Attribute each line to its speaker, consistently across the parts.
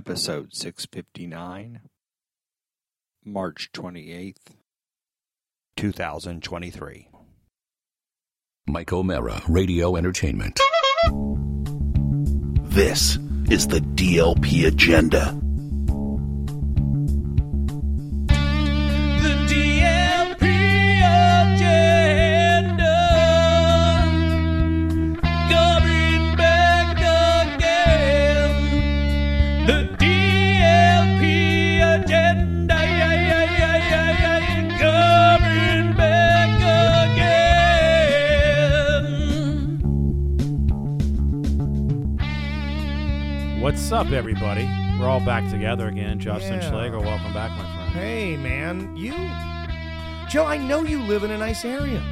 Speaker 1: Episode 659, March 28th, 2023.
Speaker 2: Mike O'Mara, Radio Entertainment.
Speaker 3: This is the DLP Agenda.
Speaker 4: The DLP agenda coming back again. The DLP agenda coming back again.
Speaker 5: What's up, everybody? We're all back together again. Josh
Speaker 6: Yeah.
Speaker 5: Schlager, welcome back, my friend.
Speaker 6: Hey, man, you. Joe, I know you live in a nice area.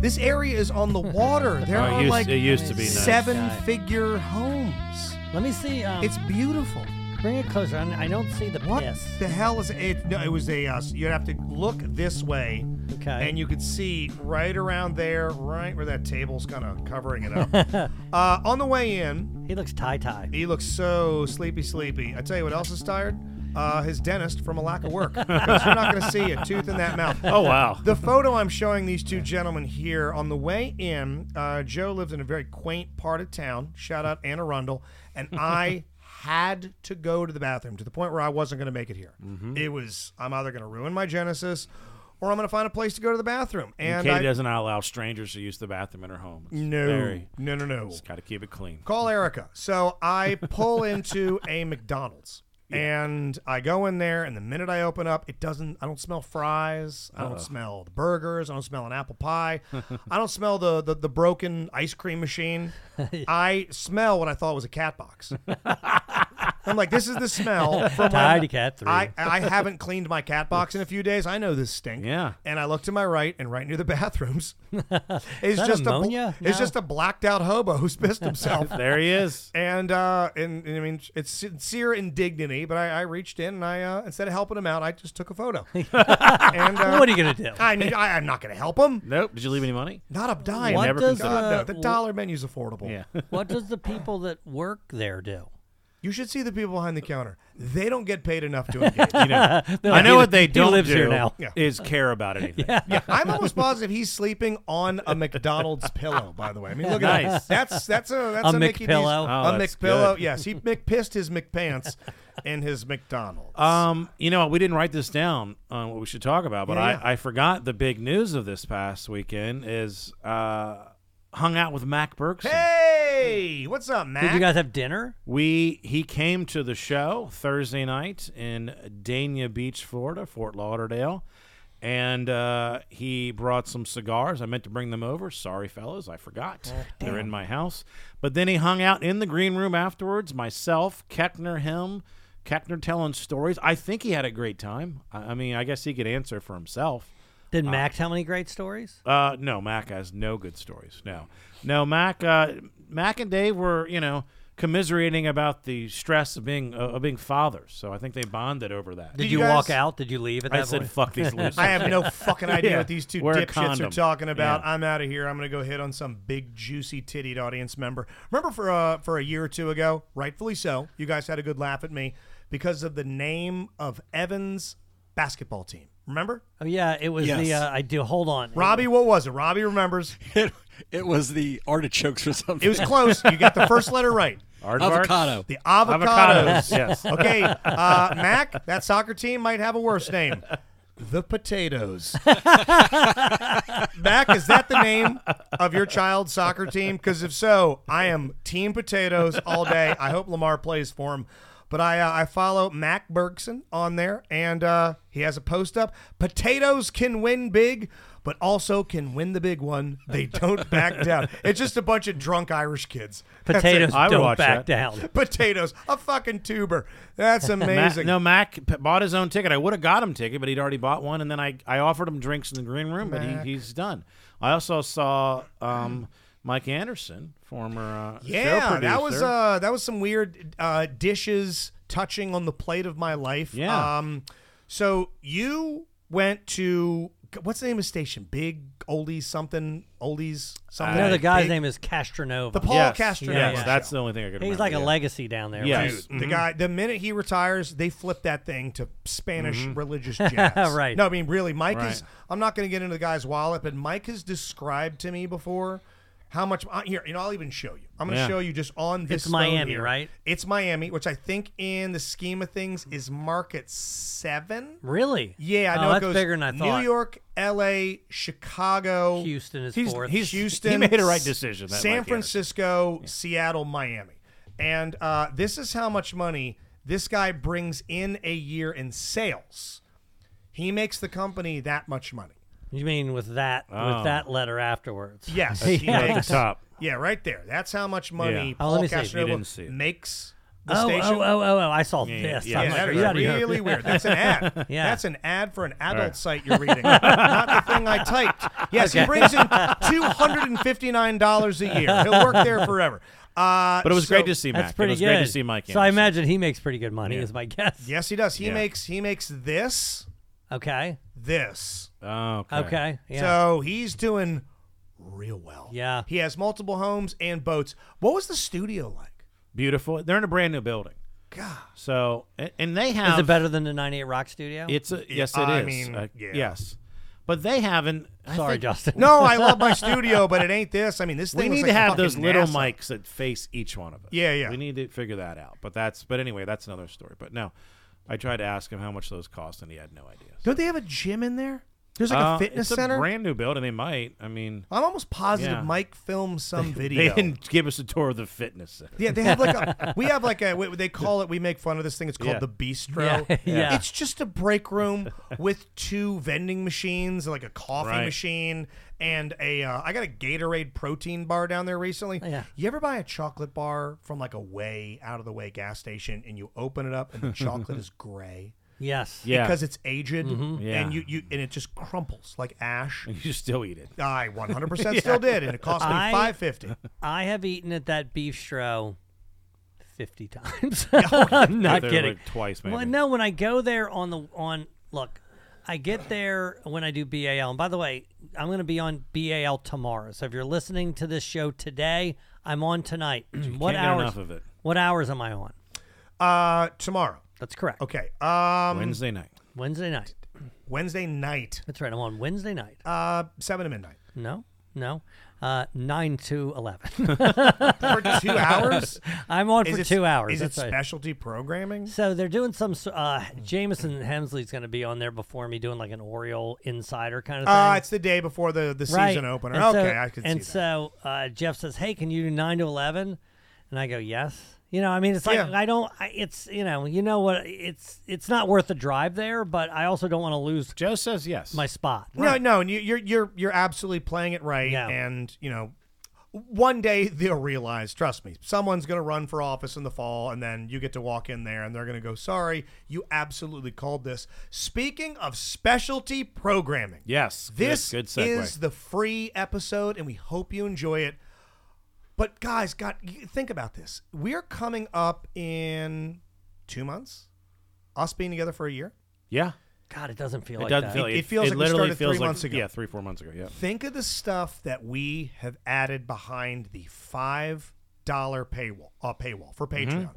Speaker 6: This area is on the water. There
Speaker 5: Oh, it
Speaker 6: are
Speaker 5: used-
Speaker 6: like
Speaker 5: it used to be nice.
Speaker 6: seven
Speaker 7: Guy.
Speaker 6: figure homes.
Speaker 7: Let me see. Um,
Speaker 6: It's beautiful.
Speaker 7: bring it closer. I'm, I don't see the
Speaker 6: What
Speaker 7: piss.
Speaker 6: the hell is it? No, it was a. Uh, you'd have to look this way,
Speaker 7: Okay.
Speaker 6: and you could see right around there, right where that table's kind of covering it up. uh, on the way in,
Speaker 7: he looks tie tie.
Speaker 6: he looks so sleepy, sleepy. I tell you what else is tired? Uh, his dentist from a lack of work. 'Cause you're not going to see a tooth in that mouth.
Speaker 5: Oh, wow.
Speaker 6: The photo I'm showing these two gentlemen here on the way in, uh, Joe lives in a very quaint part of town. Shout out Anne Arundel. And I had to go to the bathroom to the point where I wasn't going to make it here.
Speaker 5: Mm-hmm.
Speaker 6: It was, I'm either going to ruin my Genesis or I'm going to find a place to go to the bathroom. And
Speaker 5: Katie
Speaker 6: I-
Speaker 5: does not allow strangers to use the bathroom in her home. It's
Speaker 6: no,
Speaker 5: Very,
Speaker 6: no, no, no.
Speaker 5: just got to keep it clean.
Speaker 6: Call Erica. So I pull into a McDonald's. And I go in there, and the minute I open up, it doesn't. I don't smell fries. I
Speaker 7: Uh-huh.
Speaker 6: don't smell the burgers. I don't smell an apple pie. I don't smell the the, the broken ice cream machine. I smell what I thought was a cat box. I'm like, this is the smell from
Speaker 7: Tidy
Speaker 6: when
Speaker 7: cat three.
Speaker 6: I I haven't cleaned my cat box in a few days. I know this stink.
Speaker 5: Yeah.
Speaker 6: And I look to my right, and right near the bathrooms, is
Speaker 7: that
Speaker 6: just
Speaker 7: ammonia?
Speaker 6: a bl- it's
Speaker 7: No.
Speaker 6: just a blacked out hobo who's pissed himself.
Speaker 5: There he is.
Speaker 6: And uh, and, and I mean, it's sincere indignity, but I, I reached in and I uh, instead of helping him out, I just took a photo. and uh,
Speaker 7: what are you gonna do?
Speaker 6: I, knew- I, I'm not going to help him.
Speaker 5: Nope. Did you leave any money?
Speaker 6: Not a dime.
Speaker 7: What
Speaker 5: never
Speaker 7: does uh,
Speaker 6: God, no,
Speaker 7: the,
Speaker 6: the dollar menu's affordable.
Speaker 5: Yeah.
Speaker 7: What does the people that work there do?
Speaker 6: You should see the people behind the counter. They don't get paid enough to engage.
Speaker 5: I know
Speaker 7: he-
Speaker 5: what they
Speaker 7: he
Speaker 5: don't
Speaker 7: lives
Speaker 5: do
Speaker 7: here now.
Speaker 6: Yeah.
Speaker 5: is care about anything.
Speaker 6: yeah, I'm almost positive he's sleeping on a McDonald's pillow. By the way, I mean, look at
Speaker 5: Nice.
Speaker 6: that. That's that's a that's
Speaker 7: A
Speaker 6: a, Mickey D's-
Speaker 7: McPillow.
Speaker 5: Oh,
Speaker 6: a
Speaker 5: that's
Speaker 6: McPillow.
Speaker 5: good.
Speaker 6: Yes, he McPissed his McPants in his McDonald's.
Speaker 5: Um, you know, we didn't write this down on what we should talk about, but
Speaker 6: Yeah,
Speaker 5: I,
Speaker 6: yeah.
Speaker 5: I forgot the big news of this past weekend is uh, hung out with Mac Bergson.
Speaker 6: hey, what's up, Mac?
Speaker 7: Did you guys have dinner?
Speaker 5: We he came to the show Thursday night in Dania Beach, Florida, Fort Lauderdale, and uh, he brought some cigars. I meant to bring them over. Sorry, fellas, I forgot. They're in my house. But then he hung out in the green room afterwards. Myself, Keckner, him, Keckner telling stories. I think he had a great time. I, I mean, I guess he could answer for himself.
Speaker 7: Did Mac tell many great stories?
Speaker 5: Uh, no, Mac has no good stories. No, no, Mac. Uh, Mac and Dave were, you know, commiserating about the stress of being uh, of being fathers. So I think they bonded over that.
Speaker 7: Did,
Speaker 6: Did
Speaker 7: you,
Speaker 6: you
Speaker 7: walk
Speaker 6: guys-
Speaker 7: out? Did you leave at that
Speaker 5: I said,
Speaker 7: point?
Speaker 5: "Fuck these losers."
Speaker 6: I have no fucking idea
Speaker 5: Yeah.
Speaker 6: what these two
Speaker 5: Wear a
Speaker 6: dipshits
Speaker 5: condom.
Speaker 6: are talking about.
Speaker 5: Yeah.
Speaker 6: I'm out of here. I'm gonna go hit on some big juicy tittied audience member. Remember for uh, for a year or two ago, rightfully so, you guys had a good laugh at me because of the name of Evans basketball team. Remember,
Speaker 7: Oh yeah, it was the. Uh, I do. Hold on,
Speaker 6: Robbie? What was it? Robbie remembers.
Speaker 8: It, it was the artichokes or something.
Speaker 6: It was close. you got the first letter right.
Speaker 5: Aardvarks?
Speaker 8: avocado.
Speaker 6: The
Speaker 5: Avocados,
Speaker 6: avocados.
Speaker 5: yes.
Speaker 6: Okay, uh, Mac. That soccer team might have a worse name. The potatoes. Mac, is that the name of your child's soccer team? Because if so, I am Team Potatoes all day. I hope Lamar plays for him. But I uh, I follow Mac Bergson on there, and uh, he has a post up. Potatoes can win big, but also can win the big one. They don't back down. It's just a bunch of drunk Irish kids. That's it.
Speaker 7: Potatoes
Speaker 5: I would
Speaker 7: don't
Speaker 5: watch
Speaker 7: back
Speaker 5: that.
Speaker 7: down.
Speaker 6: potatoes, a fucking tuber. That's
Speaker 5: Mac,
Speaker 6: amazing.
Speaker 5: no, Mac p- bought his own ticket. I would have got him ticket, but he'd already bought one, and then I, I offered him drinks in the green room, but he, he's done. I also saw um, Mike Anderson, former uh, show
Speaker 6: yeah,
Speaker 5: producer.
Speaker 6: that was uh, that was some weird uh, dishes touching on the plate of my life.
Speaker 5: Yeah.
Speaker 6: Um, so you Um, went to what's the name of the station? Big Oldies something. Oldies something.
Speaker 7: I know the guy's
Speaker 6: Big-
Speaker 7: name is Castronova.
Speaker 6: The Paul
Speaker 5: Yes,
Speaker 6: Castronova
Speaker 5: yes,
Speaker 6: show.
Speaker 5: that's the only thing I could.
Speaker 7: He's
Speaker 5: remember,
Speaker 7: like a
Speaker 5: yeah.
Speaker 7: legacy down there.
Speaker 5: Yes.
Speaker 7: right?
Speaker 6: The guy, the minute he retires, they flip that thing to Spanish religious jazz.
Speaker 7: Mm-hmm. Right.
Speaker 6: No, I mean really, Mike
Speaker 5: Right.
Speaker 6: is. I'm not going to get into the guy's wallet, but Mike has described to me before how much. I, here, you know, I'll even show you. I'm going to
Speaker 5: Yeah.
Speaker 6: show you just on this.
Speaker 7: It's
Speaker 6: phone
Speaker 7: Miami,
Speaker 6: here.
Speaker 7: right?
Speaker 6: It's Miami, which I think in the scheme of things is market seven.
Speaker 7: Really?
Speaker 6: Yeah, I
Speaker 7: Oh,
Speaker 6: know
Speaker 7: that's
Speaker 6: it goes
Speaker 7: bigger than I thought.
Speaker 6: New York, L.A., Chicago,
Speaker 7: Houston is
Speaker 5: He's-
Speaker 7: fourth.
Speaker 5: he's-
Speaker 6: Houston.
Speaker 5: He made a right decision, that
Speaker 6: San
Speaker 5: Mike
Speaker 6: Francisco, Seattle, Miami. And uh, this is how much money this guy brings in a year in sales. He makes the company that much money.
Speaker 7: you mean with that
Speaker 5: Oh.
Speaker 7: with that letter afterwards?
Speaker 6: Yes. he
Speaker 7: yeah.
Speaker 5: At the
Speaker 6: makes-
Speaker 5: top.
Speaker 6: Yeah, right there. That's how much money
Speaker 5: Yeah.
Speaker 7: Oh,
Speaker 6: Paul
Speaker 7: let me see. You
Speaker 6: Casanova
Speaker 5: didn't see it.
Speaker 6: makes the
Speaker 7: Oh, oh,
Speaker 6: station.
Speaker 7: oh, oh, oh, I saw this.
Speaker 5: yeah,
Speaker 7: I'm
Speaker 6: Yeah,
Speaker 7: like,
Speaker 6: that
Speaker 7: are
Speaker 6: is
Speaker 7: you out of your-
Speaker 6: really weird. That's an ad.
Speaker 7: Yeah.
Speaker 6: That's an ad for an adult site you're reading, not the thing I typed. Yes, he brings in two hundred and fifty nine dollars a year. He'll work there forever. Uh,
Speaker 5: But it was
Speaker 6: so-
Speaker 5: great to see Mac.
Speaker 7: That's
Speaker 5: it
Speaker 7: pretty
Speaker 5: was
Speaker 7: good.
Speaker 5: great to see Mike.
Speaker 7: so I
Speaker 5: Anderson.
Speaker 7: imagine he makes pretty good money, is my guess.
Speaker 6: Yes, he does. He
Speaker 5: Yeah.
Speaker 6: makes he makes this
Speaker 7: Okay.
Speaker 6: this.
Speaker 5: Oh, okay.
Speaker 7: Okay. Yeah.
Speaker 6: So he's doing real well.
Speaker 7: Yeah.
Speaker 6: He has multiple homes and boats. What was the studio like?
Speaker 5: Beautiful. They're in a brand new building.
Speaker 6: God.
Speaker 5: So and, and they have
Speaker 7: is it better than the 98 Rock Studio?
Speaker 5: It's a yes. um, it is.
Speaker 6: I mean,
Speaker 5: Uh,
Speaker 6: yeah.
Speaker 5: Yes, but they haven't. I
Speaker 7: Sorry,
Speaker 5: think
Speaker 7: Justin.
Speaker 6: No, I love my studio, but it ain't this. I mean, this
Speaker 5: We
Speaker 6: thing.
Speaker 5: need
Speaker 6: looks
Speaker 5: to
Speaker 6: like
Speaker 5: have
Speaker 6: fucking
Speaker 5: those little
Speaker 6: NASA.
Speaker 5: mics that face each one of us.
Speaker 6: Yeah, yeah.
Speaker 5: We need to figure that out. But that's. But anyway, that's another story. But no, I tried to ask him how much those cost, and he had no idea.
Speaker 6: Don't they have a gym in there? There's like
Speaker 5: Uh,
Speaker 6: a fitness
Speaker 5: it's
Speaker 6: center.
Speaker 5: a brand new building. They might. I mean,
Speaker 6: I'm almost positive
Speaker 5: Yeah.
Speaker 6: Mike filmed some
Speaker 5: they
Speaker 6: video.
Speaker 5: didn't give us a tour of the fitness center.
Speaker 6: yeah, they have like a. We have like a. what They call it. We make fun of this thing. It's called
Speaker 5: Yeah.
Speaker 6: the bistro.
Speaker 7: Yeah, yeah.
Speaker 6: It's just a break room with two vending machines, like a coffee
Speaker 5: Right.
Speaker 6: machine and a. Uh, I got a Gatorade protein bar down there recently.
Speaker 7: Oh, Yeah.
Speaker 6: You ever buy a chocolate bar from like a way out of the way gas station and you open it up and the chocolate is gray
Speaker 7: Yes.
Speaker 5: Yeah. Mm-hmm.
Speaker 6: because it's aged
Speaker 5: Yeah.
Speaker 6: and you, you and it just crumples like ash.
Speaker 5: You still eat it.
Speaker 6: I 100% still did, and it cost me
Speaker 7: I-
Speaker 6: 550.
Speaker 7: I have eaten at that beef stro 50 times.
Speaker 5: Oh,
Speaker 7: I'm not
Speaker 5: They're
Speaker 7: kidding.
Speaker 5: like twice, maybe.
Speaker 7: Well, no, when I go there on the on look, I get there when I do BAL. And by the way, I'm going to be on BAL tomorrow. So if you're listening to this show today, I'm on tonight. what
Speaker 5: can't get
Speaker 7: hours?
Speaker 5: enough of it.
Speaker 7: What hours am I on?
Speaker 6: Uh, tomorrow.
Speaker 7: That's correct.
Speaker 6: Okay. Um,
Speaker 5: Wednesday night.
Speaker 7: Wednesday night.
Speaker 6: Wednesday night,
Speaker 7: That's right. I'm on Wednesday night.
Speaker 6: uh, seven to midnight
Speaker 7: no, no, uh, nine to eleven.
Speaker 6: for two hours.
Speaker 7: I'm on for
Speaker 6: it-
Speaker 7: two hours.
Speaker 6: Is it
Speaker 7: That's right.
Speaker 6: specialty programming?
Speaker 7: So they're doing some. s- Uh, Jameson Hemsley's going to be on there before me, doing like an Oriole insider kind of thing.
Speaker 6: Uh, it's the day before the, the season opener.
Speaker 7: And so-
Speaker 6: okay, I can
Speaker 7: And
Speaker 6: see that.
Speaker 7: so uh, Jeff says, "Hey, can you do nine to 11? And I go, "Yes." You know, I mean, it's like
Speaker 6: Yeah.
Speaker 7: I don't. I, it's you know, you know what? It's it's not worth the drive there, but I also don't want to lose
Speaker 5: Joe says yes.
Speaker 7: my spot.
Speaker 6: No, no, and you, you're you're you're absolutely playing it right,
Speaker 7: Yeah.
Speaker 6: and you know, one day they'll realize. Trust me, someone's gonna run for office in the fall, and then you get to walk in there, and they're gonna go, "Sorry, you absolutely called this." Speaking of specialty programming,
Speaker 5: yes. good-
Speaker 6: This
Speaker 5: good, segue.
Speaker 6: is the free episode, and we hope you enjoy it. But guys, God, y- think about this. We're coming up in two months. Us being together for a year.
Speaker 5: yeah.
Speaker 7: God, it doesn't feel
Speaker 5: It
Speaker 7: like
Speaker 5: doesn't
Speaker 7: that.
Speaker 5: feel.
Speaker 6: It- it feels like we
Speaker 5: literally
Speaker 6: started
Speaker 5: feels
Speaker 6: three
Speaker 5: like,
Speaker 6: months ago.
Speaker 5: Yeah, three four months ago. Yeah.
Speaker 6: Think of the stuff that we have added behind the five dollar paywall, uh, paywall for
Speaker 5: Mm-hmm.
Speaker 6: Patreon.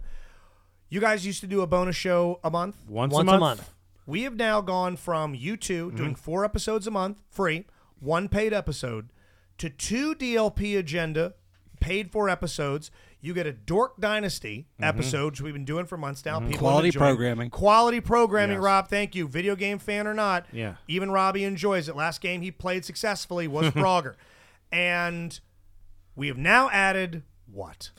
Speaker 6: You guys used to do a bonus show a month.
Speaker 5: Once,
Speaker 7: Once a month.
Speaker 6: We have now gone from you 2
Speaker 5: Mm-hmm.
Speaker 6: doing four episodes a month, free, one paid episode, to two DLP agenda paid for episodes. You get a Dork Dynasty
Speaker 5: Mm-hmm.
Speaker 6: episode, which we've been doing for months now. People have
Speaker 1: Quality
Speaker 6: enjoyed it.
Speaker 1: programming.
Speaker 6: Quality programming,
Speaker 5: Yes.
Speaker 6: Rob. Thank you. Video game fan or not.
Speaker 5: Yeah.
Speaker 6: Even Robbie enjoys it. Last game he played successfully was Frogger. And we have now added what?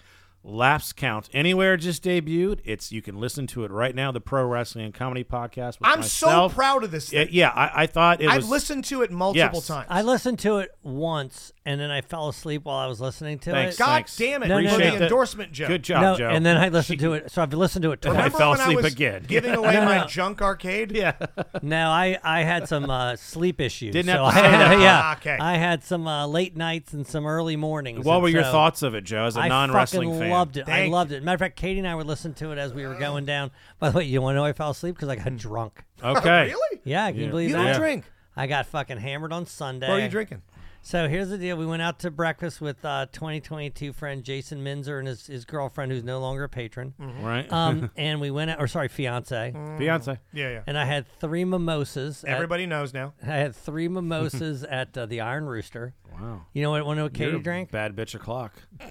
Speaker 5: Laughs count anywhere just debuted. It's you can listen to it right now. The Pro Wrestling and Comedy Podcast. With
Speaker 6: I'm
Speaker 5: myself.
Speaker 6: so proud of this
Speaker 5: Yeah,
Speaker 6: thing.
Speaker 5: yeah, I, I thought it
Speaker 6: I've
Speaker 5: was.
Speaker 6: listened to it multiple
Speaker 5: Yes.
Speaker 6: times.
Speaker 7: I listened to it once, and then I fell asleep while I was listening to
Speaker 5: Thanks.
Speaker 7: it.
Speaker 6: God
Speaker 5: thanks.
Speaker 6: damn it.
Speaker 7: No, no,
Speaker 6: for
Speaker 7: no.
Speaker 6: the endorsement, Joe.
Speaker 5: Good job,
Speaker 7: no,
Speaker 5: Joe.
Speaker 7: and then I listened to it. So I've listened to it twice.
Speaker 5: I
Speaker 6: Remember
Speaker 5: fell
Speaker 6: when
Speaker 5: asleep
Speaker 6: I was
Speaker 5: again.
Speaker 6: Giving away my junk arcade.
Speaker 5: yeah,
Speaker 7: No, I, I had some uh, sleep issues.
Speaker 5: Didn't have
Speaker 7: so
Speaker 5: to say
Speaker 7: I,
Speaker 5: that.
Speaker 7: Uh, Yeah,
Speaker 6: Ah, Okay.
Speaker 7: I had some uh, late nights and some early mornings.
Speaker 5: what
Speaker 7: and
Speaker 5: were your
Speaker 7: so
Speaker 5: thoughts of it, Joe? As a
Speaker 7: I
Speaker 5: non-wrestling
Speaker 7: fucking
Speaker 5: fan,
Speaker 7: loved it. I
Speaker 6: Thank
Speaker 7: loved it. Matter of fact, Katie and I would listen to it as we were going down. By the way, you want to know I fell asleep because I got drunk.
Speaker 5: Okay,
Speaker 6: Really?
Speaker 7: Yeah, can you believe
Speaker 6: You
Speaker 7: that?
Speaker 6: don't drink.
Speaker 7: I got fucking hammered on Sunday.
Speaker 6: What are you drinking?
Speaker 7: So here's the deal. We went out to breakfast with uh, 2022 friend Jason Minzer and his, his girlfriend, who's no longer a patron.
Speaker 6: Mm-hmm.
Speaker 5: Right.
Speaker 7: Um, and we went out, or sorry, fiance.
Speaker 5: Beyonce.
Speaker 6: Yeah, yeah.
Speaker 7: And I had three mimosas. at-
Speaker 6: Mm-hmm. Everybody knows now.
Speaker 7: I had three mimosas at uh, the Iron Rooster.
Speaker 5: Wow.
Speaker 7: You know what? Want to know what Katie
Speaker 5: You're a
Speaker 7: drank?
Speaker 5: Bad bitch o'clock.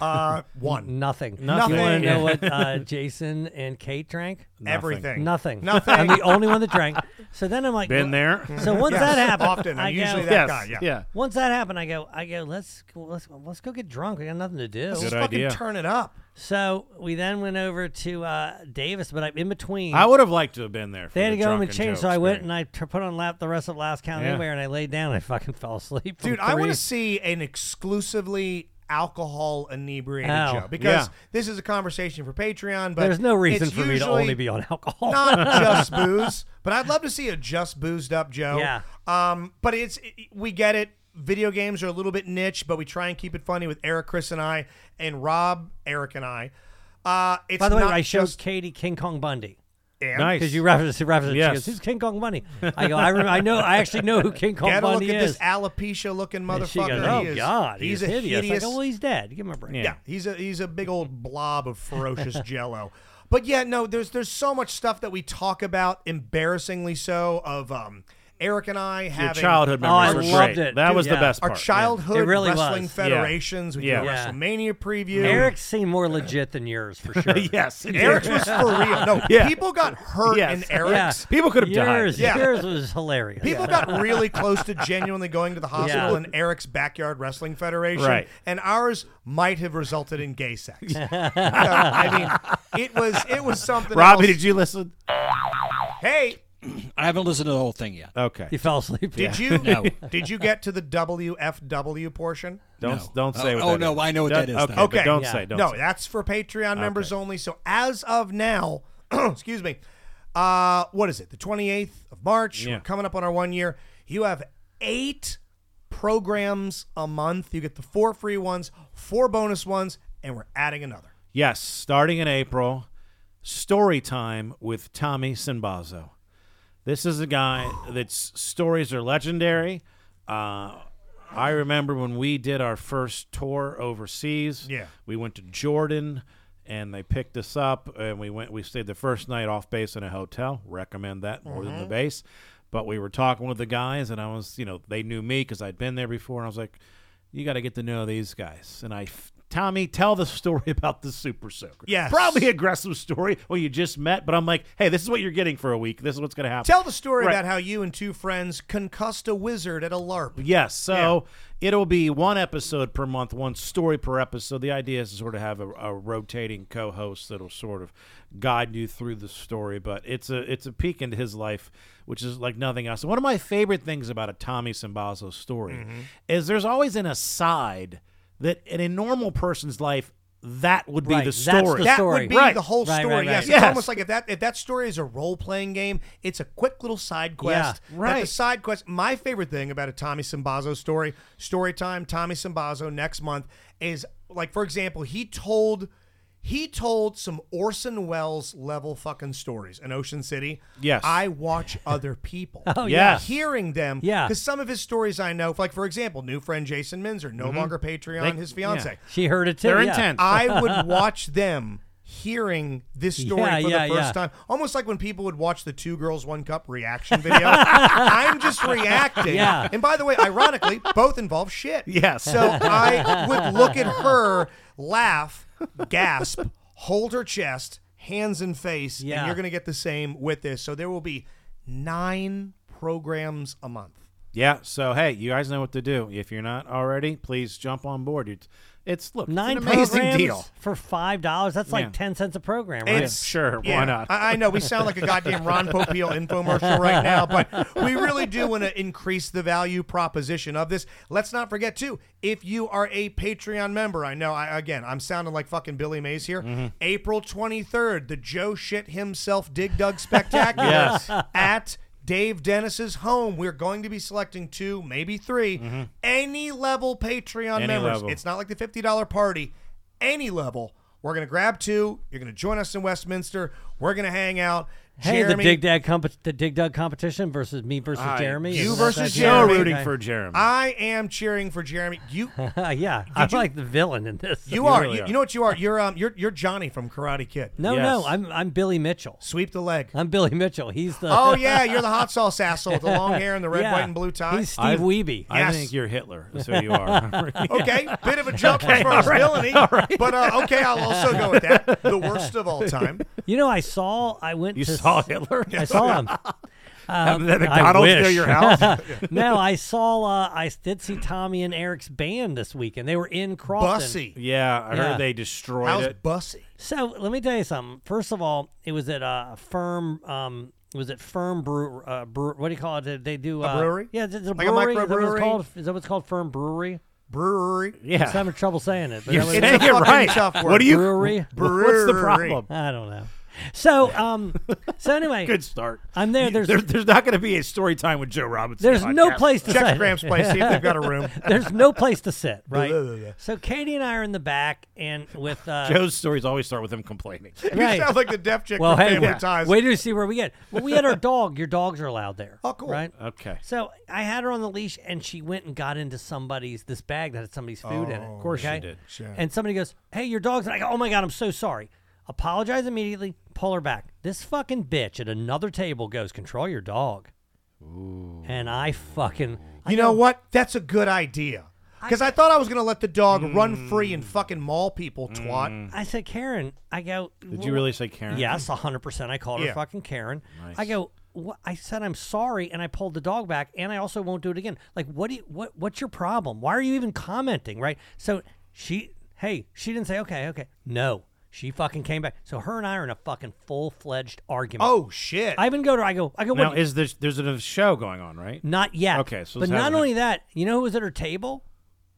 Speaker 6: Uh, one.
Speaker 7: Nothing.
Speaker 5: Nothing.
Speaker 7: You want to
Speaker 5: Yeah.
Speaker 7: know what uh, Jason and Kate drank?
Speaker 6: Everything.
Speaker 7: Nothing.
Speaker 6: Nothing.
Speaker 7: I'm the only one that drank. So then I'm like,
Speaker 5: Been
Speaker 7: well-
Speaker 5: there.
Speaker 6: Mm-hmm.
Speaker 7: So once
Speaker 6: Yes,
Speaker 7: that happened,
Speaker 6: often. I'm
Speaker 7: I go,
Speaker 6: usually that
Speaker 5: yes.
Speaker 6: guy, yeah.
Speaker 5: yeah.
Speaker 7: Once that happened, I go, I go, let's go- let's let's go get drunk. We got nothing to do.
Speaker 6: Let's just
Speaker 5: Good
Speaker 6: fucking
Speaker 5: idea.
Speaker 6: turn it up.
Speaker 7: So we then went over to uh, Davis, but I, in between,
Speaker 5: I would have liked to have been there. For
Speaker 7: they had to
Speaker 5: the
Speaker 7: go home
Speaker 5: drunk
Speaker 7: and change.
Speaker 5: Joe
Speaker 7: So I went and
Speaker 5: experience.
Speaker 7: I t- put on lap the rest of Last Count
Speaker 5: Yeah.
Speaker 7: Anywhere, and I laid down. and I fucking fell asleep. from
Speaker 6: Dude, I want
Speaker 7: three.
Speaker 6: to see an exclusively alcohol inebriated
Speaker 7: Oh.
Speaker 6: show because
Speaker 5: Yeah.
Speaker 6: this is a conversation for Patreon. But
Speaker 7: There's no reason
Speaker 6: it's
Speaker 7: for me to
Speaker 6: usually
Speaker 7: only be on alcohol.
Speaker 6: not just booze, but I'd love to see a just boozed up Joe.
Speaker 7: Yeah.
Speaker 6: Um, but it's we get it. Video games are a little bit niche, but we try and keep it funny with Eric, Chris, and I, and Rob, Eric, and I. Uh, it's
Speaker 7: By the way,
Speaker 6: not
Speaker 7: I showed
Speaker 6: just
Speaker 7: Katie King Kong Bundy.
Speaker 6: and
Speaker 5: Nice.
Speaker 7: Because you referenced, referenced it. She
Speaker 5: Yes.
Speaker 7: goes, who's King Kong Bundy? I go, I, rem- I know, I actually know who King Kong
Speaker 6: Get a look
Speaker 7: Bundy
Speaker 6: at
Speaker 7: is.
Speaker 6: this alopecia looking
Speaker 7: And
Speaker 6: motherfucker.
Speaker 7: she goes,
Speaker 6: He
Speaker 7: oh,
Speaker 6: is-
Speaker 7: God,
Speaker 6: he's,
Speaker 7: he's,
Speaker 6: a
Speaker 7: hideous.
Speaker 6: hideous
Speaker 7: I go, well, he's dead. Give him a break.
Speaker 6: Yeah, he's a he's a big old blob of ferocious jello. But yeah, no, there's there's so much stuff that we talk about, embarrassingly so, of um Eric and I
Speaker 5: Your
Speaker 6: having
Speaker 5: childhood
Speaker 7: Oh, I
Speaker 5: memories were
Speaker 7: loved
Speaker 5: great.
Speaker 7: it.
Speaker 5: That
Speaker 7: Dude,
Speaker 5: was
Speaker 7: yeah.
Speaker 5: the best
Speaker 6: our
Speaker 5: part.
Speaker 6: childhood
Speaker 7: It really
Speaker 6: wrestling
Speaker 7: was.
Speaker 6: federations with
Speaker 5: Yeah.
Speaker 6: your
Speaker 7: Yeah.
Speaker 6: WrestleMania preview.
Speaker 7: Eric seemed more legit than yours, for sure.
Speaker 5: Yeah. Yes. it
Speaker 6: Eric's
Speaker 5: did.
Speaker 6: was for real. No,
Speaker 5: Yeah.
Speaker 6: people got hurt
Speaker 5: Yes.
Speaker 6: in Eric's.
Speaker 5: People could have died.
Speaker 7: yours,
Speaker 6: Yeah.
Speaker 7: yours was hilarious.
Speaker 6: People got really close to genuinely going to the hospital
Speaker 7: Yeah.
Speaker 6: in Eric's backyard wrestling federation,
Speaker 5: Right.
Speaker 6: and ours might have resulted in gay sex. So, I mean, it was it was something.
Speaker 5: Robbie,
Speaker 6: else.
Speaker 5: did you listen?
Speaker 6: Hey,
Speaker 1: I haven't listened to the whole thing yet.
Speaker 5: Okay.
Speaker 7: You fell asleep. yeah.
Speaker 6: did you did you get to the WFW portion?
Speaker 5: Don't
Speaker 1: No.
Speaker 5: don't say
Speaker 1: Oh,
Speaker 5: what
Speaker 1: oh,
Speaker 5: that
Speaker 1: no,
Speaker 5: is.
Speaker 1: I know what
Speaker 5: Don't-
Speaker 1: that is
Speaker 5: Okay,
Speaker 1: now.
Speaker 5: but
Speaker 6: Okay.
Speaker 5: don't
Speaker 7: Yeah.
Speaker 5: say. Don't
Speaker 6: no,
Speaker 5: say.
Speaker 6: that's for Patreon members only. So as of now, excuse me, uh, what is it? The 28th of March. We're
Speaker 5: Yeah.
Speaker 6: coming up on our one year. You have eight programs a month. You get the four free ones, four bonus ones, and we're adding another.
Speaker 5: Yes, starting in April, story time with Tommy Simbazo. This is a guy that's stories are legendary. Uh, I remember when we did our first tour overseas.
Speaker 6: Yeah.
Speaker 5: we went to Jordan, and they picked us up, and we went. We stayed the first night off base in a hotel. Recommend that more than the
Speaker 6: Mm-hmm.
Speaker 5: base. But we were talking with the guys, and I was, you know, they knew me because I'd been there before, and I was like, "You got to get to know these guys." And I, f- Tommy, tell the story about the super soaker.
Speaker 6: Yes.
Speaker 5: probably aggressive story. Well, you just met, but I'm like, "Hey, this is what you're getting for a week. This is what's going to happen."
Speaker 6: Tell the story
Speaker 5: Right.
Speaker 6: about how you and two friends concussed a wizard at a LARP.
Speaker 5: Yes. So it'll be one episode per month, one story per episode. The idea is to sort of have a, a rotating co-host that'll sort of guide you through the story. But it's a it's a peek into his life, which is like nothing else. And one of my favorite things about a Tommy Simbazo story
Speaker 7: Mm-hmm.
Speaker 5: is there's always an aside that in a normal person's life that would be
Speaker 7: Right,
Speaker 5: the
Speaker 7: that's the
Speaker 5: story.
Speaker 6: That
Speaker 7: story.
Speaker 6: would be
Speaker 5: Right.
Speaker 6: the whole
Speaker 7: Right, right,
Speaker 6: story.
Speaker 7: right.
Speaker 6: Yes, it's
Speaker 5: Yes.
Speaker 6: almost like if that if that story is a role playing game, it's a quick little side quest.
Speaker 7: Yeah,
Speaker 6: that the
Speaker 5: right.
Speaker 6: side quest. My favorite thing about a Tommy Simbazo story, story time, Tommy Simbazo next month is like for example, he told he told some Orson Welles level fucking stories in Ocean City.
Speaker 5: Yes.
Speaker 6: I watch other people.
Speaker 7: Oh, yeah.
Speaker 5: Yes.
Speaker 6: Hearing them,
Speaker 7: Yeah.
Speaker 6: Because some of his stories I know, like for example, new friend Jason Minzer,
Speaker 7: Mm-hmm.
Speaker 6: no longer Patreon,
Speaker 5: They-
Speaker 6: his fiance.
Speaker 5: yeah.
Speaker 7: She heard it too.
Speaker 5: They're
Speaker 7: yeah.
Speaker 5: intense.
Speaker 6: I would watch them hearing this story
Speaker 7: Yeah,
Speaker 6: for
Speaker 7: yeah,
Speaker 6: the first
Speaker 7: yeah.
Speaker 6: time. Almost like when people would watch the Two Girls, One Cup reaction video. I'm just reacting.
Speaker 7: Yeah.
Speaker 6: And by the way, ironically, both involve shit.
Speaker 5: Yes.
Speaker 6: So I would look at her, laugh, gasp, hold her chest, hands and face, and
Speaker 7: Yeah.
Speaker 6: you're going to get the same with this. So there will be nine programs a month.
Speaker 5: Yeah. So hey, you guys know what to do. If you're not already, please jump on board. It's it's look it's
Speaker 7: Nine
Speaker 5: an amazing
Speaker 7: programs
Speaker 5: deal.
Speaker 7: for five dollars. That's
Speaker 5: Yeah.
Speaker 7: like ten cents a program, right?
Speaker 6: It's
Speaker 5: Sure, why not?
Speaker 6: I, I know we sound like a goddamn Ron Popeil infomercial right now, but we really do want to increase the value proposition of this. Let's not forget too, if you are a Patreon member, I know I again I'm sounding like fucking Billy Mays here.
Speaker 5: Mm-hmm.
Speaker 6: April 23rd, the Joe shit himself Dig Dug Spectacular
Speaker 5: Yes.
Speaker 6: at Dave Dennis's home. We're going to be selecting two, maybe 3 any level Patreon
Speaker 5: Mm-hmm. Any
Speaker 6: members.
Speaker 5: level.
Speaker 6: It's not like the $50 party. Any level. We're going to grab two. You're going to join us in Westminster. We're going to hang out.
Speaker 7: Hey,
Speaker 6: Jeremy.
Speaker 7: the Dig Dug comp- the Dig Dug competition versus me versus
Speaker 5: I-
Speaker 7: Jeremy.
Speaker 6: You
Speaker 7: Isn't that
Speaker 6: versus
Speaker 7: that
Speaker 5: You're
Speaker 6: Jeremy.
Speaker 5: rooting
Speaker 7: Okay.
Speaker 5: for Jeremy.
Speaker 6: I am cheering for Jeremy. You
Speaker 7: yeah, I
Speaker 6: you-
Speaker 7: like the villain in this.
Speaker 6: you are.
Speaker 5: really
Speaker 6: you,
Speaker 5: are.
Speaker 6: you know what you are? You're um you're you're Johnny from Karate Kid.
Speaker 7: no,
Speaker 5: Yes.
Speaker 7: no, I'm I'm Billy Mitchell.
Speaker 6: Sweep the leg.
Speaker 7: I'm Billy Mitchell. He's the
Speaker 6: Oh yeah, you're the hot sauce asshole with the long hair and the red,
Speaker 7: Yeah.
Speaker 6: white, and blue tie.
Speaker 7: He's Steve
Speaker 5: I've-
Speaker 7: Weeby.
Speaker 5: I
Speaker 6: Yes.
Speaker 5: think you're Hitler. That's who you are.
Speaker 6: Okay, bit of a jump as far as villainy, but uh, okay, I'll also go with that. The worst of all time.
Speaker 7: you know, I saw. I went.
Speaker 5: you
Speaker 7: to
Speaker 5: saw
Speaker 7: s-
Speaker 5: Hitler?
Speaker 7: I saw him.
Speaker 5: Um, that McDonald's near
Speaker 7: wish.
Speaker 5: your house?
Speaker 7: no, I saw. Uh, I did see Tommy and Eric's band this weekend. They were in Crofton.
Speaker 6: Bussy.
Speaker 5: yeah, I
Speaker 7: Yeah.
Speaker 5: heard they destroyed
Speaker 6: How's
Speaker 5: it.
Speaker 6: Bussy?
Speaker 7: So let me tell you something. First of all, it was at a firm. Um, was it firm brew? Uh, brew what do you call it? They- They do uh,
Speaker 6: brewery?
Speaker 7: Yeah, it's it's a
Speaker 6: Like a
Speaker 7: brewery. is, that what
Speaker 6: microbrewery?
Speaker 7: it's called? is that what's called firm brewery?
Speaker 6: Brewery.
Speaker 7: I'm having trouble saying it. But
Speaker 5: You're
Speaker 7: that was-
Speaker 6: It's a
Speaker 5: saying it
Speaker 6: fucking
Speaker 5: right.
Speaker 6: tough word.
Speaker 5: What do you?
Speaker 7: Brewery?
Speaker 5: What's the
Speaker 6: Brewery.
Speaker 5: problem?
Speaker 7: I don't know. So um, so anyway,
Speaker 5: Good start.
Speaker 7: I'm there. There's
Speaker 5: There- there's not going to be a story time with Joe Robinson.
Speaker 7: there's
Speaker 5: podcast.
Speaker 7: no place to
Speaker 6: Check
Speaker 7: sit.
Speaker 6: Graham's place. See if they've got a room.
Speaker 7: There's no place to sit,
Speaker 6: Blah, blah, blah.
Speaker 7: right? so Katie and I are in the back, and with uh,
Speaker 5: Joe's stories always start with him complaining.
Speaker 7: right.
Speaker 6: You sound like the deaf chick
Speaker 7: well,
Speaker 6: from
Speaker 7: hey,
Speaker 6: Family
Speaker 7: yeah.
Speaker 6: Ties.
Speaker 7: wait to see where we get. Well, we had our dog. Your dogs are allowed there.
Speaker 6: Oh, cool.
Speaker 7: Right.
Speaker 5: Okay.
Speaker 7: So I had her on the leash, and she went and got into somebody's this bag that had somebody's food in it.
Speaker 5: Oh,
Speaker 7: Of
Speaker 5: course she did.
Speaker 6: Sure.
Speaker 7: And somebody goes, "Hey, your dog's." And I go, "Oh my god, I'm so sorry." Apologize immediately. Pull her back. This fucking bitch at another table goes, "Control your dog." And I fucking. I
Speaker 6: You know what? That's a good idea. Because I thought I was going to let the dog
Speaker 7: Mm.
Speaker 6: run free and fucking maul people, twat.
Speaker 7: I said, Karen. I go.
Speaker 5: Did you really say Karen?
Speaker 7: Yes, 100%. I called
Speaker 6: Yeah.
Speaker 7: her fucking Karen. I go, what? I said, I'm sorry, and I pulled the dog back, and I also won't do it again. Like, what do you, what, what's your problem? Why are you even commenting, right? So she, hey, she didn't say, okay, okay. No, she fucking came back. So her and I are in a fucking full fledged argument.
Speaker 6: Oh, shit.
Speaker 7: I even go to her, I go, I go,
Speaker 5: Now
Speaker 7: what?
Speaker 5: is there, there's a show going on, right?
Speaker 7: not yet.
Speaker 5: Okay, so
Speaker 7: but
Speaker 5: it's
Speaker 7: not
Speaker 5: happening.
Speaker 7: only that, you know who was at her table?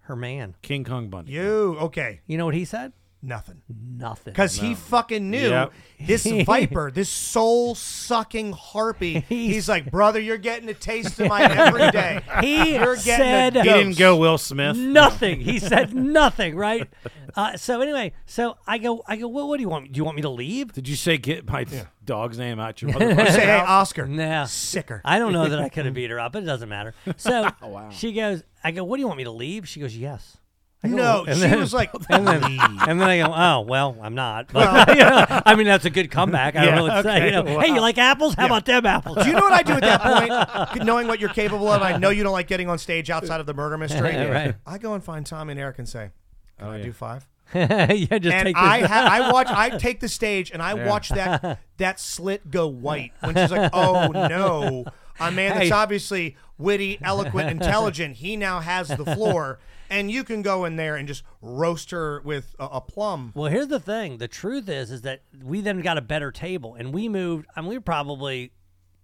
Speaker 7: Her man.
Speaker 5: King Kong Bundy.
Speaker 6: you. Okay.
Speaker 7: You know what he said?
Speaker 6: Nothing.
Speaker 7: Nothing.
Speaker 6: Because he fucking knew
Speaker 5: Yep.
Speaker 6: this viper, this soul sucking harpy. He's like, brother, you're getting a taste of my every day.
Speaker 7: He
Speaker 6: You're getting
Speaker 7: said
Speaker 6: a
Speaker 5: He didn't
Speaker 6: dose.
Speaker 5: go Will Smith.
Speaker 7: Mm. nothing. He said nothing, right? Uh, so anyway, so I go, I go. What, what do you want? Do you want me to leave?
Speaker 5: Did you say get my dog's name out your
Speaker 6: You
Speaker 5: motherfucker?
Speaker 6: say, hey, Oscar.
Speaker 7: Nah.
Speaker 6: Sicker.
Speaker 7: I don't know that I could have beat her up, but it doesn't matter. So she goes, I go. What do you want me to leave? She goes, yes. I go,
Speaker 6: no,
Speaker 7: "Well,"
Speaker 6: she
Speaker 7: and then-
Speaker 6: was like,
Speaker 7: And then, and then I go, oh well, I'm not. But, you know, I mean, that's a good comeback. I don't know what to say. You know, hey, you like apples? How about them apples?
Speaker 6: Do you know what I do at that point? Knowing what you're capable of, I know you don't like getting on stage outside of the murder mystery.
Speaker 7: Right.
Speaker 6: I go and find Tommy and Eric and say, "Can I do five?
Speaker 7: yeah, just
Speaker 6: And
Speaker 7: take this.
Speaker 6: I ha- I watch I take the stage and I watch that that slit go white when she's like, "Oh no, a man that's
Speaker 7: Hey.
Speaker 6: obviously witty, eloquent, intelligent, he now has the floor." And you can go in there and just roast her with a, a plum.
Speaker 7: Well, here's the thing. The truth is, is that we then got a better table, and we moved. I mean, we were probably,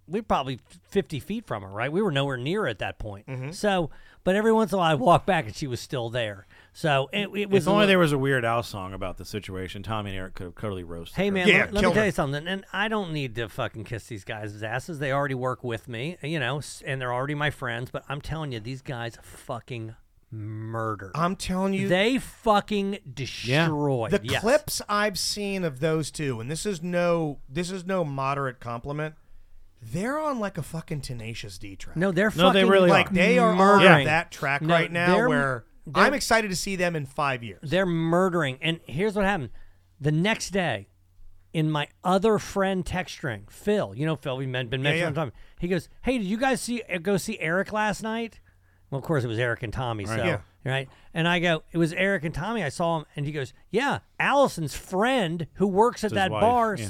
Speaker 7: we were probably fifty feet from her, right? We were nowhere near her at that point.
Speaker 6: Mm-hmm.
Speaker 7: So, but every once in a while, I walked back, and she was still there. So it, it was.
Speaker 5: If only
Speaker 7: a-
Speaker 5: there was a Weird Al song about the situation, Tommy and Eric could have totally roasted.
Speaker 7: Hey
Speaker 5: her.
Speaker 7: man,
Speaker 6: Yeah,
Speaker 7: let, let me
Speaker 6: killed
Speaker 7: tell
Speaker 6: her.
Speaker 7: you something. And I don't need to fucking kiss these guys' asses. They already work with me, you know, s- and they're already my friends. But I'm telling you, these guys fucking murder.
Speaker 6: I'm telling you,
Speaker 7: they fucking destroy.
Speaker 6: The
Speaker 7: Yes.
Speaker 6: clips I've seen of those two, and this is no this is no moderate compliment. They're on like a fucking tenacious D track.
Speaker 7: No, they're
Speaker 5: No,
Speaker 7: fucking
Speaker 5: they really
Speaker 6: like they are on
Speaker 7: murdering.
Speaker 6: that track
Speaker 7: No,
Speaker 6: right now.
Speaker 7: they're-
Speaker 6: Where
Speaker 7: they're-
Speaker 6: I'm excited to see them in five years.
Speaker 7: They're murdering. And here's what happened. The next day, in my other friend texting, Phil, you know Phil, we've men- been mentioning
Speaker 6: yeah.
Speaker 7: him time. He goes, Hey, did you guys see uh, go see Eric last night? Well, of course it was Eric and Tommy, so
Speaker 6: Yeah.
Speaker 7: right. And I go, It was Eric and Tommy. I saw him and he goes, Yeah, Allison's friend who works at
Speaker 5: his
Speaker 7: that
Speaker 5: wife,
Speaker 7: bar.
Speaker 5: yeah.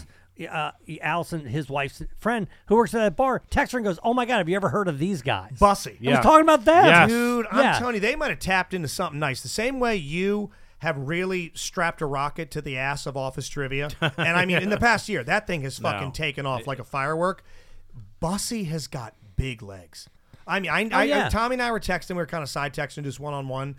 Speaker 7: Uh, Allison, his wife's friend who works at that bar, texts her and goes, "Oh my God, have you ever heard of these guys?"
Speaker 6: Bussy,
Speaker 7: I
Speaker 5: Yeah.
Speaker 7: was talking about that,
Speaker 5: Yes.
Speaker 6: dude, I'm
Speaker 7: Yeah.
Speaker 6: telling you, they might have tapped into something nice. The same way you have really strapped a rocket to the ass of office trivia, and I mean, in the past year, that thing has fucking
Speaker 5: No.
Speaker 6: taken off like a firework. Bussy has got big legs. I mean, I, I,
Speaker 7: Oh, yeah.
Speaker 6: Tommy and I were texting. We were kind of side texting, just one on one,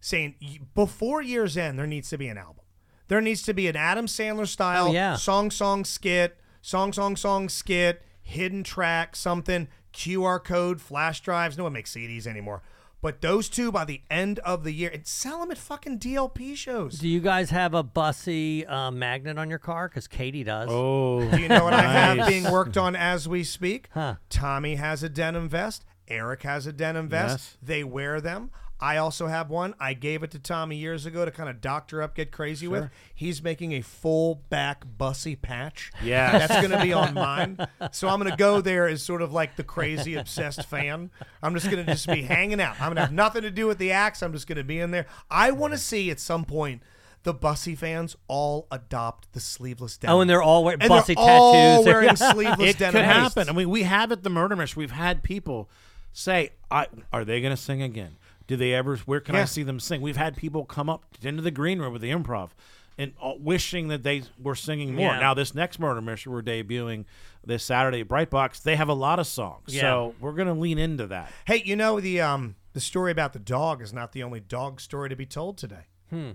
Speaker 6: saying y- before year's end, there needs to be an album. There needs to be an Adam Sandler style
Speaker 7: Oh, yeah.
Speaker 6: song, song, skit, song, song, song, skit, hidden track, something, QR code, flash drives. No one makes CDs anymore. But those two by the end of the year, and sell them at fucking DLP shows.
Speaker 7: Do you guys have a bussy uh, magnet on your car? Because Katie does.
Speaker 5: Oh,
Speaker 6: Do you know what I have
Speaker 5: nice.
Speaker 6: being worked on as we speak? Tommy has a denim vest. Eric has a denim vest.
Speaker 5: Yes.
Speaker 6: They wear them. I also have one. I gave it to Tommy years ago to kind of doctor up, get crazy with. He's making a full back bussy patch.
Speaker 5: Yes.
Speaker 6: That's going to be on mine. So I'm going to go there as sort of like the crazy obsessed fan. I'm just going to just be hanging out. I'm going to have nothing to do with the axe. I'm just going to be in there. I want to see at some point the bussy fans all adopt the sleeveless denim.
Speaker 7: Oh, and they're all wearing
Speaker 6: And
Speaker 7: bussy
Speaker 6: they're all
Speaker 7: tattoos.
Speaker 6: wearing sleeveless
Speaker 5: it
Speaker 6: denim.
Speaker 5: could
Speaker 6: vests.
Speaker 5: happen. I mean, we have at the murder mish. We've had people say, I, "Are they going to sing again? Do they ever? Where can I
Speaker 6: Yeah.
Speaker 5: see them sing?" We've had people come up into the green room with the improv and uh, wishing that they were singing more.
Speaker 7: Yeah.
Speaker 5: Now, this next murder mish we're debuting this Saturday at Brightbox, they have a lot of songs, so we're going to lean into that.
Speaker 6: Hey, you know the um the story about the dog is not the only dog story to be told today. Hmm.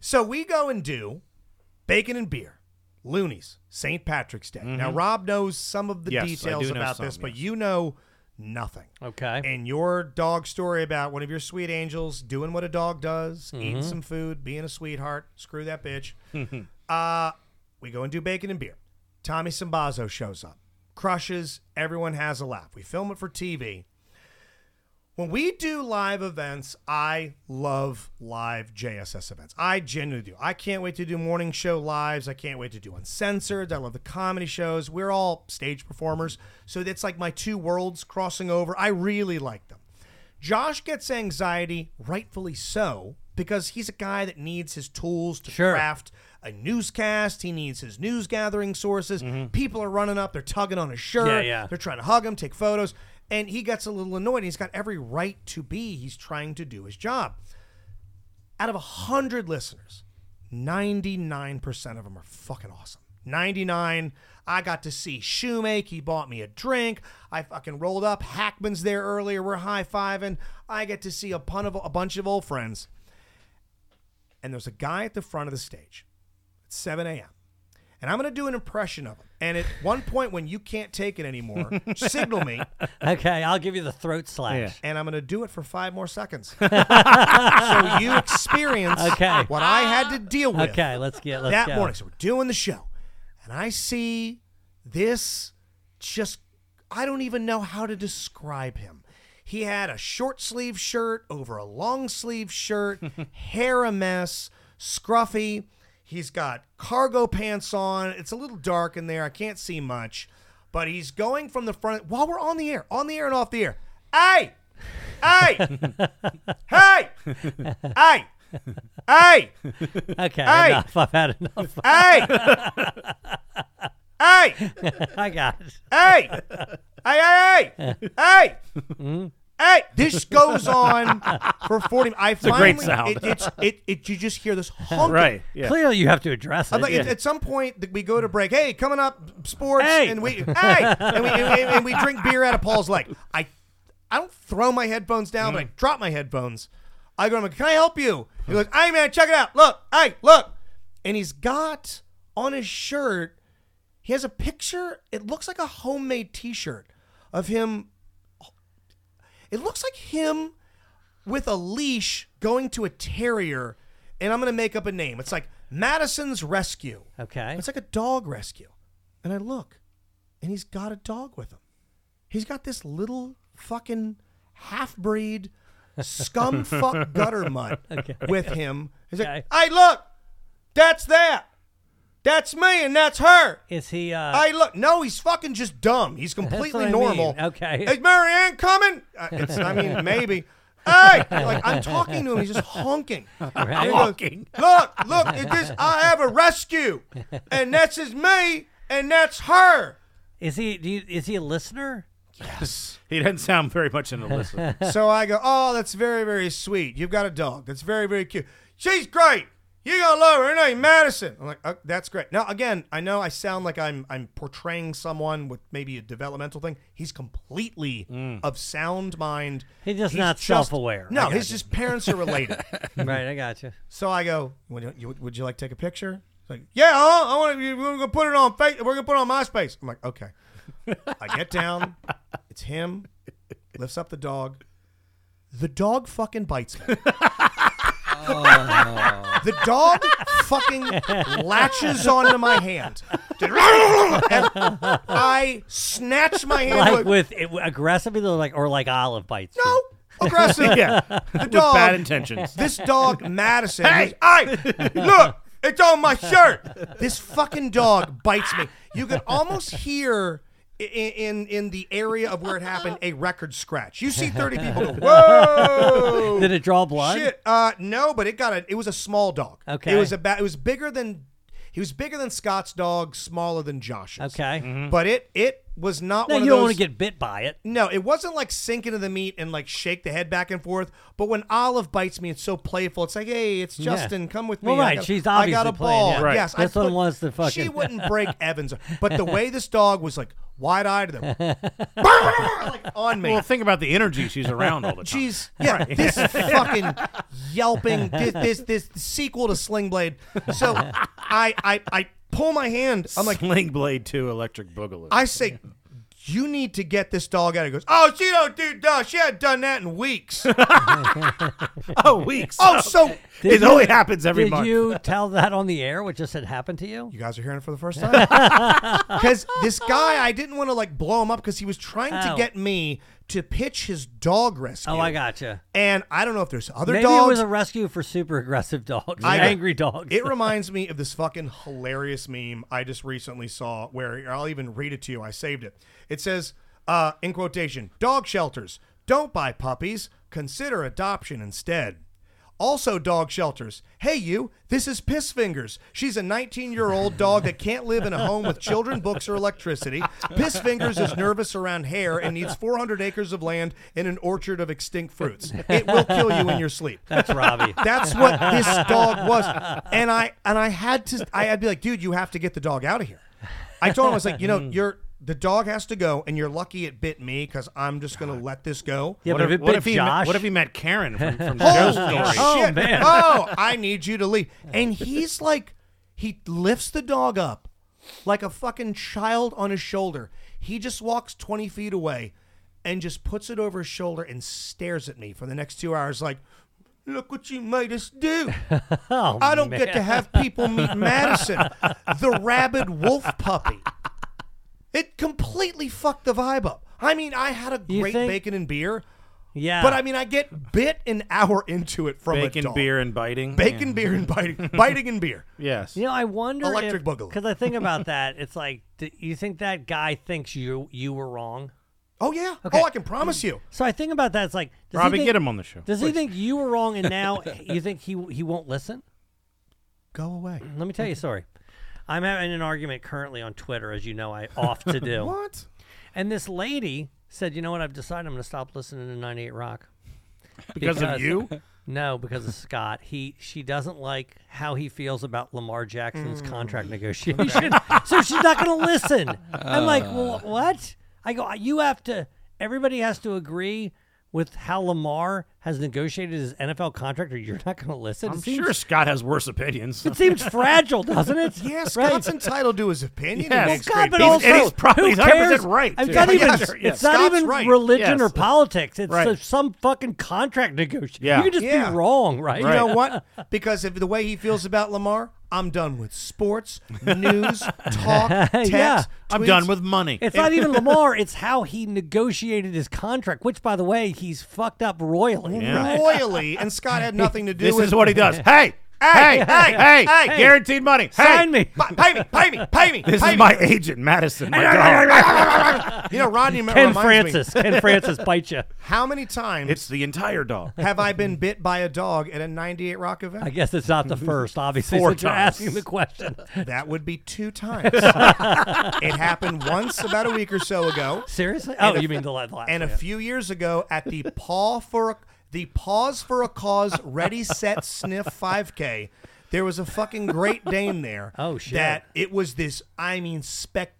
Speaker 6: So we go and do bacon and beer, loonies, St. Patrick's Day. Now Rob knows some of the
Speaker 5: Yes, I
Speaker 6: details
Speaker 5: do know
Speaker 6: about
Speaker 5: some,
Speaker 6: this, but
Speaker 5: yes.
Speaker 6: you know nothing.
Speaker 7: okay.
Speaker 6: And your dog story about one of your sweet angels doing what a dog does, eating some food, being a sweetheart, screw that bitch. uh, we go and do bacon and beer. Tommy Simbazo shows up, crushes, everyone has a laugh. We film it for TV. When we do live events, I love live JSS events. I genuinely do. I can't wait to do morning show lives. I can't wait to do uncensored. I love the comedy shows. We're all stage performers. So that's like my two worlds crossing over. I really like them. Josh gets anxiety, rightfully so, because he's a guy that needs his tools to
Speaker 7: Sure.
Speaker 6: craft a newscast. He needs his news gathering sources. People are running up, they're tugging on his shirt.
Speaker 7: Yeah, yeah.
Speaker 6: They're trying to hug him, take photos, and he gets a little annoyed. He's got every right to be. He's trying to do his job. Out of 100 listeners, 99% of them are fucking awesome. 99. I got to see Shoemake. He bought me a drink. I fucking rolled up. Hackman's there earlier. We're high fiving. I get to see a, pun of, a bunch of old friends. And there's a guy at the front of the stage at 7 a.m. And I'm going to do an impression of him. And at one point when you can't take it anymore, signal me
Speaker 7: okay, I'll give you the throat slash.
Speaker 6: and I'm going to do it for five more seconds. so you experience
Speaker 7: Okay.
Speaker 6: what I had to deal with
Speaker 7: Okay, let's get let's
Speaker 6: Oh, that
Speaker 7: go.
Speaker 6: morning. So we're doing the show, and I see this just I don't even know how to describe him. He had a short sleeve shirt over a long sleeve shirt, hair a mess, scruffy. He's got cargo pants on. It's a little dark in there. I can't see much. But he's going from the front while we're on the air, on the air and off the air. Hey! Hey! hey! Hey! Hey!
Speaker 7: Okay,
Speaker 6: Hey!
Speaker 7: enough. I've had enough.
Speaker 6: Hey! hey!
Speaker 7: I got it.
Speaker 6: Hey! Hey! Hey! Hey! Hey! Hey! This goes on for forty. I it's finally,
Speaker 5: great sound.
Speaker 6: It, it's it, it. You just hear this honking.
Speaker 5: Yeah.
Speaker 7: Clearly, you have to address it.
Speaker 6: I'm like, at, at some point th- we go to break. Hey, coming up, sports,
Speaker 7: Hey!
Speaker 6: and we hey, and we, and, and we drink beer out of Paul's leg. I, I don't throw my headphones down, but I drop my headphones. I go, I'm like, can I help you? He goes, hey man, check it out. Look, hey, look, and he's got on his shirt. He has a picture. It looks like a homemade T-shirt of him. It looks like him with a leash going to a terrier, and I'm gonna make up a name. It's like Madison's Rescue.
Speaker 7: okay.
Speaker 6: It's like a dog rescue. And I look, and he's got a dog with him. He's got this little fucking half breed scum fuck gutter mutt with him. He's
Speaker 7: Okay.
Speaker 6: like, hey, look, that's that. That's me, and that's her.
Speaker 7: Is he? Uh,
Speaker 6: Hey, look, no, he's fucking just dumb. He's completely
Speaker 7: what I
Speaker 6: normal.
Speaker 7: mean. Okay.
Speaker 6: Is Mary Ann coming? Uh, it's, I mean, maybe. Hey, like I'm talking to him, he's just honking. And he goes,
Speaker 5: Honking.
Speaker 6: look, look, it just, I have a rescue, and that's is me, and that's her.
Speaker 7: is he? Do you, is he a listener?
Speaker 5: He doesn't sound very much in a listen.
Speaker 6: So I go, oh, that's very, very sweet. You've got a dog. That's very, very cute. She's great. You gonna love her. Her name Madison. I'm like, oh, that's great. Now again, I know I sound like I'm I'm portraying someone with maybe a developmental thing. He's completely of sound mind.
Speaker 7: Mm. He's just
Speaker 6: He's
Speaker 7: not
Speaker 6: just-
Speaker 7: self-aware. I
Speaker 6: No,
Speaker 7: got
Speaker 6: his
Speaker 7: you.
Speaker 6: just parents are related.
Speaker 7: right, I got you.
Speaker 6: So I go, would you, you- would you like to take a picture? He's like, yeah, huh? I want to. We're gonna put it on. Face, we're gonna put it on MySpace. I'm like, okay. I get down. It's him. Lifts up the dog. The dog fucking bites me. The dog fucking latches onto my hand. And I snatch my hand.
Speaker 7: like
Speaker 6: like-
Speaker 7: with it, aggressively, or like or like olive bites. you.
Speaker 6: no, aggressive.
Speaker 5: Yeah,
Speaker 6: The
Speaker 5: with
Speaker 6: dog.
Speaker 5: bad intentions.
Speaker 6: This dog, Madison. Hey, I look. It's on my shirt. This fucking dog bites me. You can almost hear i- i- in in, in the area of where it happened a record scratch. You see thirty people go, whoa.
Speaker 7: Did it draw blood?
Speaker 6: Shit. Uh, no, but it got a. It was a small dog.
Speaker 7: Okay.
Speaker 6: It was about. It was bigger than. He was bigger than Scott's dog, smaller than Josh's.
Speaker 7: Okay.
Speaker 5: Mm-hmm.
Speaker 6: But it it was not.
Speaker 7: No,
Speaker 6: one of
Speaker 7: you don't
Speaker 6: those-
Speaker 7: want to get bit by it.
Speaker 6: no, it wasn't like sink into the meat and like shake the head back and forth. But when Olive bites me, it's so playful. It's like, hey, it's
Speaker 7: Yeah.
Speaker 6: Justin, come with me.
Speaker 7: Well,
Speaker 6: I
Speaker 7: right,
Speaker 6: got-
Speaker 7: she's
Speaker 6: I got
Speaker 7: obviously
Speaker 6: a
Speaker 7: playing,
Speaker 6: ball.
Speaker 7: yeah. Right.
Speaker 6: Yes,
Speaker 7: This
Speaker 6: I
Speaker 7: one
Speaker 6: put-
Speaker 7: wants to fucking-
Speaker 6: She wouldn't break Evans, but the way this dog was like wide eyed and then like, on me.
Speaker 5: Well, think about the energy she's around all the time.
Speaker 6: She's yeah, this fucking yelping this, this this sequel to Sling Blade. So I I I pull my hand. I'm like,
Speaker 5: Sling Blade Two Electric Boogaloo.
Speaker 6: I say, you need to get this dog out. He goes, oh, she don't do that. She hadn't done that in weeks.
Speaker 5: oh, weeks.
Speaker 6: oh, so
Speaker 5: it only happens every
Speaker 7: Did
Speaker 5: month.
Speaker 7: you tell that on the air? What just had happened to you?
Speaker 6: you guys are hearing it for the first time. Because this guy, I didn't want to like blow him up because he was trying to
Speaker 7: Oh.
Speaker 6: get me to pitch his dog rescue.
Speaker 7: Oh, I gotcha.
Speaker 6: And I don't know if there's other
Speaker 7: Maybe
Speaker 6: dogs.
Speaker 7: it was a rescue for super aggressive dogs,
Speaker 6: I-
Speaker 7: angry dogs.
Speaker 6: It reminds me of this fucking hilarious meme I just recently saw where I'll even read it to you. I saved it. It says, uh, in quotation, dog shelters, don't buy puppies, consider adoption instead. Also, dog shelters. Hey, you, this is Piss Fingers. She's a 19 year old dog that can't live in a home with children, books, or electricity. Piss Fingers is nervous around hair and needs 400 acres of land and an orchard of extinct fruits. It will kill you in your sleep.
Speaker 7: That's Robbie.
Speaker 6: That's what this dog was. And I and I had to I had to be like, dude, you have to get the dog out of here. I told him I was like, you know, you're the dog has to go, and you're lucky it bit me because I'm just gonna let this go.
Speaker 7: yeah,
Speaker 5: What
Speaker 7: but if
Speaker 5: if,
Speaker 7: it
Speaker 5: what
Speaker 7: bit
Speaker 5: if he met,
Speaker 7: Josh,
Speaker 5: what if he met Karen from, from
Speaker 6: Holy
Speaker 5: Joe's story?
Speaker 7: Oh,
Speaker 6: shit!
Speaker 7: man.
Speaker 6: Oh, I need you to leave. And he's like, he lifts the dog up like a fucking child on his shoulder. He just walks twenty feet away and just puts it over his shoulder and stares at me for the next two hours, like, look what you made us do.
Speaker 7: oh,
Speaker 6: I don't get to have people meet Madison, the rabid wolf puppy. It completely fucked the vibe up. I mean, I had a
Speaker 7: You
Speaker 6: great
Speaker 7: think-
Speaker 6: bacon and beer,
Speaker 7: yeah.
Speaker 6: but I mean, I get bit an hour into it from a
Speaker 5: Bacon,
Speaker 6: dog.
Speaker 5: beer, and biting.
Speaker 6: bacon, beer, and biting, biting and beer.
Speaker 5: Yes.
Speaker 7: You know, I wonder
Speaker 6: Electric Boogaloo.
Speaker 7: Because I think about that, it's like, do you think that guy thinks you you were wrong?
Speaker 6: Oh yeah.
Speaker 7: Okay.
Speaker 6: Oh, I can promise you.
Speaker 7: So I think about that. It's like, does
Speaker 5: Robbie,
Speaker 7: he think,
Speaker 5: get him on the show.
Speaker 7: Does he think you were wrong, and now you think he he won't listen?
Speaker 6: Go away.
Speaker 7: Let me tell you a story. I'm having an argument currently on Twitter, as you know, I off to do.
Speaker 6: What?
Speaker 7: And this lady said, "You know what? I've decided I'm going to stop listening to 98 Rock
Speaker 5: Because of you?
Speaker 7: No, because of Scott. He she doesn't like how he feels about Lamar
Speaker 5: Hmm.
Speaker 7: Jackson's contract negotiation, so she's not going to listen. I'm like,
Speaker 5: Uh.
Speaker 7: well, what? I go, you have to. Everybody has to agree with how Lamar has negotiated his NFL contract, or you're not going to listen.
Speaker 5: I'm
Speaker 7: it seems,
Speaker 5: sure Scott has worse opinions.
Speaker 7: it seems fragile, doesn't it?
Speaker 6: Yeah,
Speaker 7: Yes,
Speaker 6: Scott's entitled to his opinion.
Speaker 5: Yes.
Speaker 6: He
Speaker 7: Well,
Speaker 6: makes
Speaker 7: God,
Speaker 6: great
Speaker 7: but
Speaker 6: beer.
Speaker 5: He's-
Speaker 7: also,
Speaker 5: and he's probably-
Speaker 7: who
Speaker 5: he's 100%
Speaker 7: cares?
Speaker 5: right,
Speaker 7: It's
Speaker 5: too.
Speaker 7: not even,
Speaker 6: Yes,
Speaker 7: it's
Speaker 6: yeah.
Speaker 7: not
Speaker 6: Scott's
Speaker 7: even
Speaker 6: right.
Speaker 7: religion
Speaker 5: Yes.
Speaker 7: or politics. It's
Speaker 5: Right.
Speaker 7: just some fucking contract negotiation.
Speaker 5: Yeah.
Speaker 7: You can just
Speaker 6: Yeah.
Speaker 7: be wrong, right?
Speaker 6: You know what? Because of the way he feels about Lamar, I'm done with sports, news, talk, text.
Speaker 7: Yeah.
Speaker 5: I'm
Speaker 6: tweets.
Speaker 5: done with money.
Speaker 7: It's not even Lamar. It's how he negotiated his contract, which, by the way, he's fucked up royally.
Speaker 5: Yeah.
Speaker 6: royally, and Scott had nothing to do
Speaker 5: this
Speaker 6: with
Speaker 5: is what he does. Hey, hey, hey, hey, hey,
Speaker 7: hey.
Speaker 5: guaranteed money. Hey,
Speaker 7: Sign me.
Speaker 6: Pa- Pay me, pay me, pay me.
Speaker 5: This
Speaker 6: pay
Speaker 5: is
Speaker 6: me.
Speaker 5: my agent, Madison. My dog.
Speaker 6: You know, Rodney Ken
Speaker 7: Ken
Speaker 6: reminds me.
Speaker 7: Francis. Ken Francis bite you.
Speaker 6: How many times
Speaker 5: It's the entire dog.
Speaker 6: have I been bit by a dog at a 98 Rock event?
Speaker 7: I guess it's not the first, obviously,
Speaker 5: Four
Speaker 7: since you're
Speaker 5: times.
Speaker 7: asking the question.
Speaker 6: that would be two times. it happened once about a week or so ago,
Speaker 7: Seriously? Oh, you mean the la- the last
Speaker 6: and a
Speaker 7: one.
Speaker 6: few years ago at the Paw for a, the Pause for a Cause Ready Set Sniff 5K. There was a fucking Great Dane there.
Speaker 7: Oh, shit.
Speaker 6: That it was this, I mean,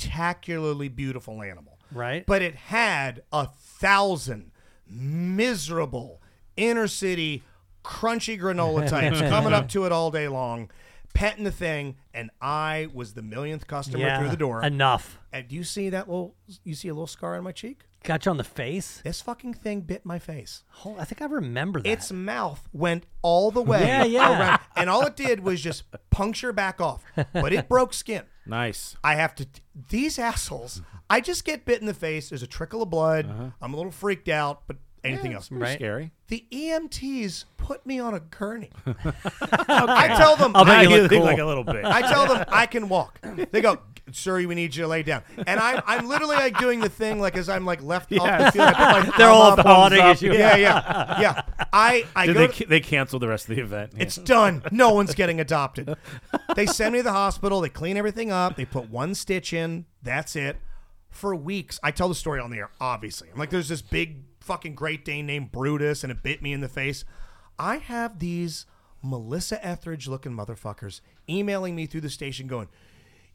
Speaker 6: spectacularly beautiful animal.
Speaker 7: Right.
Speaker 6: But it had a thousand miserable inner city crunchy granola types coming up to it all day long. petting the thing, and I was the millionth customer
Speaker 7: yeah,
Speaker 6: through the door.
Speaker 7: Enough.
Speaker 6: And do you see that little? You see a little scar on my cheek?
Speaker 7: Got you on the face.
Speaker 6: This fucking thing bit my face.
Speaker 7: Oh, I think I remember that.
Speaker 6: Its mouth went all the way
Speaker 7: Yeah, yeah.
Speaker 6: around, and all it did was just puncture back off. But it broke skin.
Speaker 5: Nice.
Speaker 6: I have to. These assholes. I just get bit in the face. There's a trickle of blood.
Speaker 7: Uh-huh.
Speaker 6: I'm a little freaked out, but anything else.
Speaker 5: Pretty Scary.
Speaker 6: The EMTs put me on a gurney. I tell them.
Speaker 7: I'll bet
Speaker 6: I,
Speaker 7: you look
Speaker 5: look
Speaker 7: cool.
Speaker 5: like a little bit.
Speaker 6: I tell them I can walk. They go, "Sir, we need you to lay down." And I'm, I'm literally like doing the thing like as I'm like left off the field. I put my
Speaker 7: They're
Speaker 6: thumb
Speaker 7: all
Speaker 6: up.
Speaker 7: applauding
Speaker 5: thumbs
Speaker 7: at you.
Speaker 6: Yeah, yeah, yeah. I I
Speaker 5: Did
Speaker 6: go
Speaker 5: they,
Speaker 6: to-
Speaker 5: ca- they canceled the rest of the event. Yeah.
Speaker 6: it's done. No one's getting adopted. They send me to the hospital. They clean everything up. They put one stitch in. That's it. For weeks, I tell the story on the air, obviously. I'm like, there's this big fucking Great Dane named Brutus, and it bit me in the face. I have these Melissa Etheridge looking motherfuckers emailing me through the station going,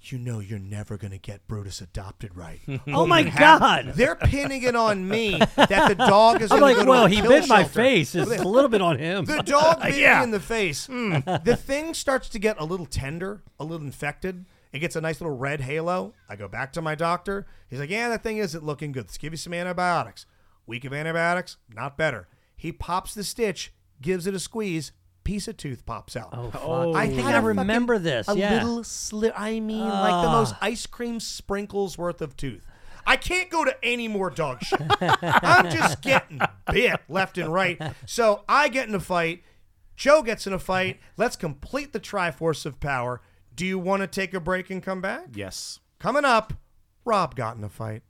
Speaker 6: you know you're never going to get Brutus adopted right.
Speaker 7: Oh my
Speaker 6: You have-
Speaker 7: God.
Speaker 6: They're pinning it on me that the dog is
Speaker 7: I'm
Speaker 6: going
Speaker 7: like,
Speaker 6: to go to
Speaker 7: well,
Speaker 6: a
Speaker 7: he
Speaker 6: kill
Speaker 7: bit my
Speaker 6: shelter."
Speaker 7: face. It's a little bit on him.
Speaker 6: The dog bit me in the face. The thing starts to get a little tender, a little infected. It gets a nice little red halo. I go back to my doctor. He's like, "Yeah, that thing isn't looking good. Let's give you some antibiotics." Week of antibiotics, not better. He pops the stitch, gives it a squeeze. Piece of tooth pops out.
Speaker 7: Oh, fuck.
Speaker 6: I
Speaker 7: I
Speaker 6: think
Speaker 7: think
Speaker 6: had
Speaker 7: I
Speaker 6: a
Speaker 7: remember
Speaker 6: fucking-
Speaker 7: this.
Speaker 6: A
Speaker 7: yeah.
Speaker 6: little slit. I mean, like the most ice cream sprinkles worth of tooth. I can't go to any more dog shit. I'm just getting bit left and right. So I get in a fight. Joe gets in a fight. Let's complete the Triforce of Power. Do you want to take a break and come back?
Speaker 5: yes.
Speaker 6: Coming up, Rob got in a fight.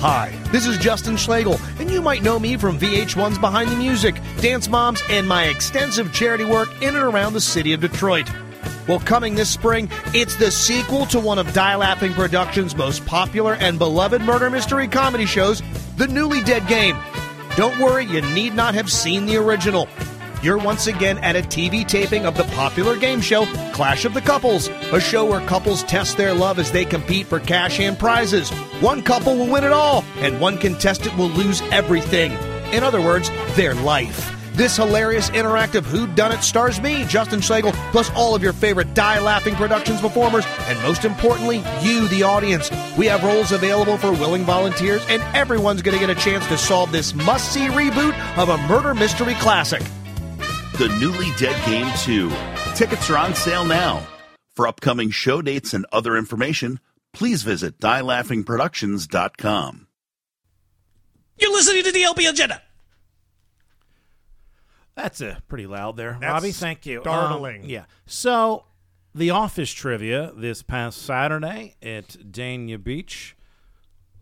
Speaker 9: Hi, this is Justin Schlegel, and you might know me from VH1's Behind the Music, Dance Moms, and my extensive charity work in and around the city of Detroit. Well, coming this spring, it's the sequel to one of Die Laughing Productions' most popular and beloved murder mystery comedy shows, The Newly Dead Game. Don't worry, you need not have seen the original. You're once again at a TV taping of the popular game show Clash of the Couples, a show where couples test their love as they compete for cash and prizes. One couple will win it all, and one contestant will lose everything. In other words, their life. This hilarious interactive Who Done It stars me, Justin Schlegel, plus all of your favorite Die Laughing Productions performers, and most importantly, you, the audience. We have roles available for willing volunteers, and everyone's going to get a chance to solve this must see reboot of a murder mystery classic.
Speaker 3: The Newly Dead Game 2. Tickets are on sale now. For upcoming show dates and other information, please visit dielaughingproductions.com.
Speaker 4: You're listening to DLP Agenda.
Speaker 5: That's a pretty loud there,
Speaker 6: That's
Speaker 5: Robbie. Thank you. Um,
Speaker 6: startling.
Speaker 5: yeah. So, the office trivia this past Saturday at Dania Beach.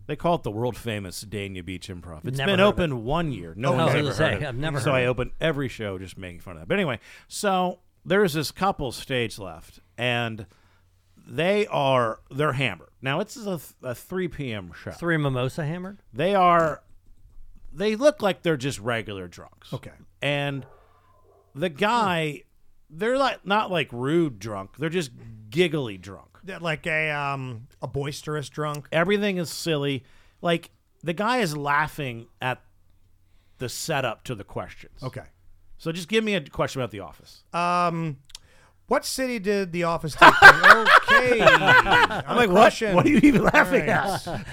Speaker 5: They call it the world famous Dania Beach Improv. It's
Speaker 7: Never
Speaker 5: been
Speaker 7: heard of Oh,
Speaker 5: open one year. No
Speaker 7: I
Speaker 5: one's
Speaker 7: was
Speaker 5: ever
Speaker 7: gonna say,
Speaker 5: heard of it.
Speaker 7: I've never
Speaker 5: So
Speaker 7: heard
Speaker 5: I
Speaker 7: of it.
Speaker 5: open every show just making fun of that. But anyway, so there's this couple stage left, and they are they're hammered. Now it's a, a 3 p.m. show.
Speaker 7: Three mimosa hammered.
Speaker 5: They are. They look like they're just regular drunks.
Speaker 6: Okay.
Speaker 5: And the guy, they're like not like rude drunk. They're just giggly drunk.
Speaker 6: That Like a um a boisterous drunk.
Speaker 5: Everything is silly. Like the guy is laughing at the setup to the questions.
Speaker 6: Okay.
Speaker 5: So just give me a question about the office.
Speaker 6: Um, what city did the office take? place? okay. I'm, like,
Speaker 5: What are you even laughing
Speaker 6: Nice.
Speaker 5: at?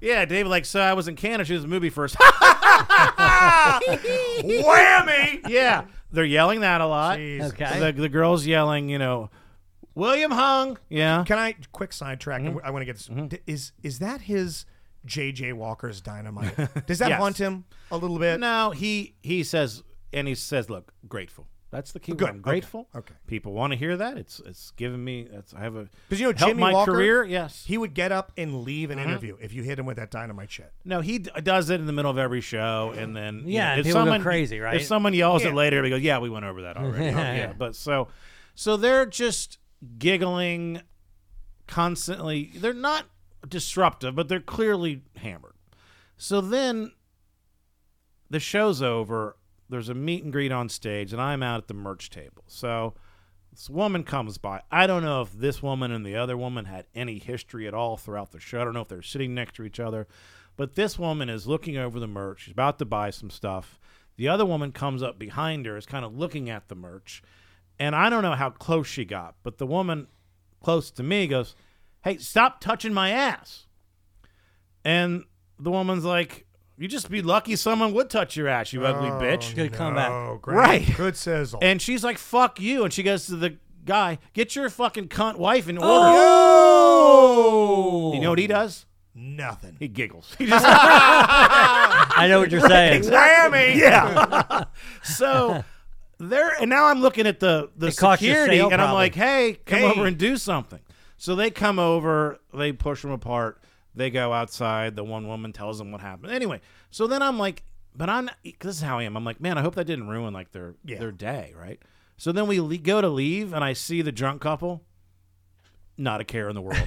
Speaker 5: yeah, David. Like, so I was in Canada. She was in the movie first.
Speaker 6: Whammy!
Speaker 5: yeah, they're yelling that a lot.
Speaker 6: Jesus.
Speaker 7: Okay.
Speaker 5: The, the girl's yelling, you know, William Hung. Yeah.
Speaker 6: Can I quick sidetrack? I want to get this. D- Is is that his J.J. Walker's dynamite? Does that
Speaker 5: Yes.
Speaker 6: haunt him a little bit?
Speaker 5: No, he he says, and he says, look, grateful. That's the key.
Speaker 6: Good.
Speaker 5: word. I'm grateful.
Speaker 6: Okay.
Speaker 5: People want to hear that. It's it's given me. That's I have a
Speaker 6: Because you know
Speaker 5: helped
Speaker 6: Jimmy
Speaker 5: my
Speaker 6: Walker,
Speaker 5: career. Yes.
Speaker 6: he would get up and leave an interview if you hit him with that dynamite shit.
Speaker 5: no, he d- does it in the middle of every show, and then you
Speaker 7: Yeah,
Speaker 5: know,
Speaker 7: and
Speaker 5: if
Speaker 7: people go
Speaker 5: someone,
Speaker 7: crazy,
Speaker 5: If
Speaker 7: right?
Speaker 5: someone yells it later, we go, yeah, we went over that already. Oh, yeah. But so so they're just giggling constantly. They're not disruptive, but they're clearly hammered. So then the show's over. There's a meet and greet on stage, and I'm out at the merch table. So this woman comes by. I don't know if this woman and the other woman had any history at all throughout the show. I don't know if they're sitting next to each other, But this woman is looking over the merch. She's about to buy some stuff. The other woman comes up behind her, is kind of looking at the merch. And I don't know how close she got, but the woman close to me goes, Hey, stop touching my ass. And the woman's like, You just be lucky someone would touch your ass, you ugly bitch.
Speaker 7: Good comeback.
Speaker 6: Oh, great.
Speaker 5: Right.
Speaker 6: Good sizzle.
Speaker 5: And she's like, fuck you. And she goes to the guy, get your fucking cunt wife in order. You know what he does?
Speaker 6: Nothing.
Speaker 5: He giggles. He just,
Speaker 7: I know what you're saying.
Speaker 6: Whammy.
Speaker 5: yeah. so there, and now I'm looking at the, the
Speaker 7: It cost you a
Speaker 5: security
Speaker 7: sale,
Speaker 5: and I'm
Speaker 7: probably.
Speaker 5: like, hey, come
Speaker 6: Hey.
Speaker 5: over and do something. So they come over, they push them apart, they go outside. The one woman tells them what happened. Anyway, so then I'm like, but I'm, this is how I am. I'm like, man, I hope that didn't ruin like their, their day, right? So then we le- go to leave and I see the drunk couple. Not a care in the world.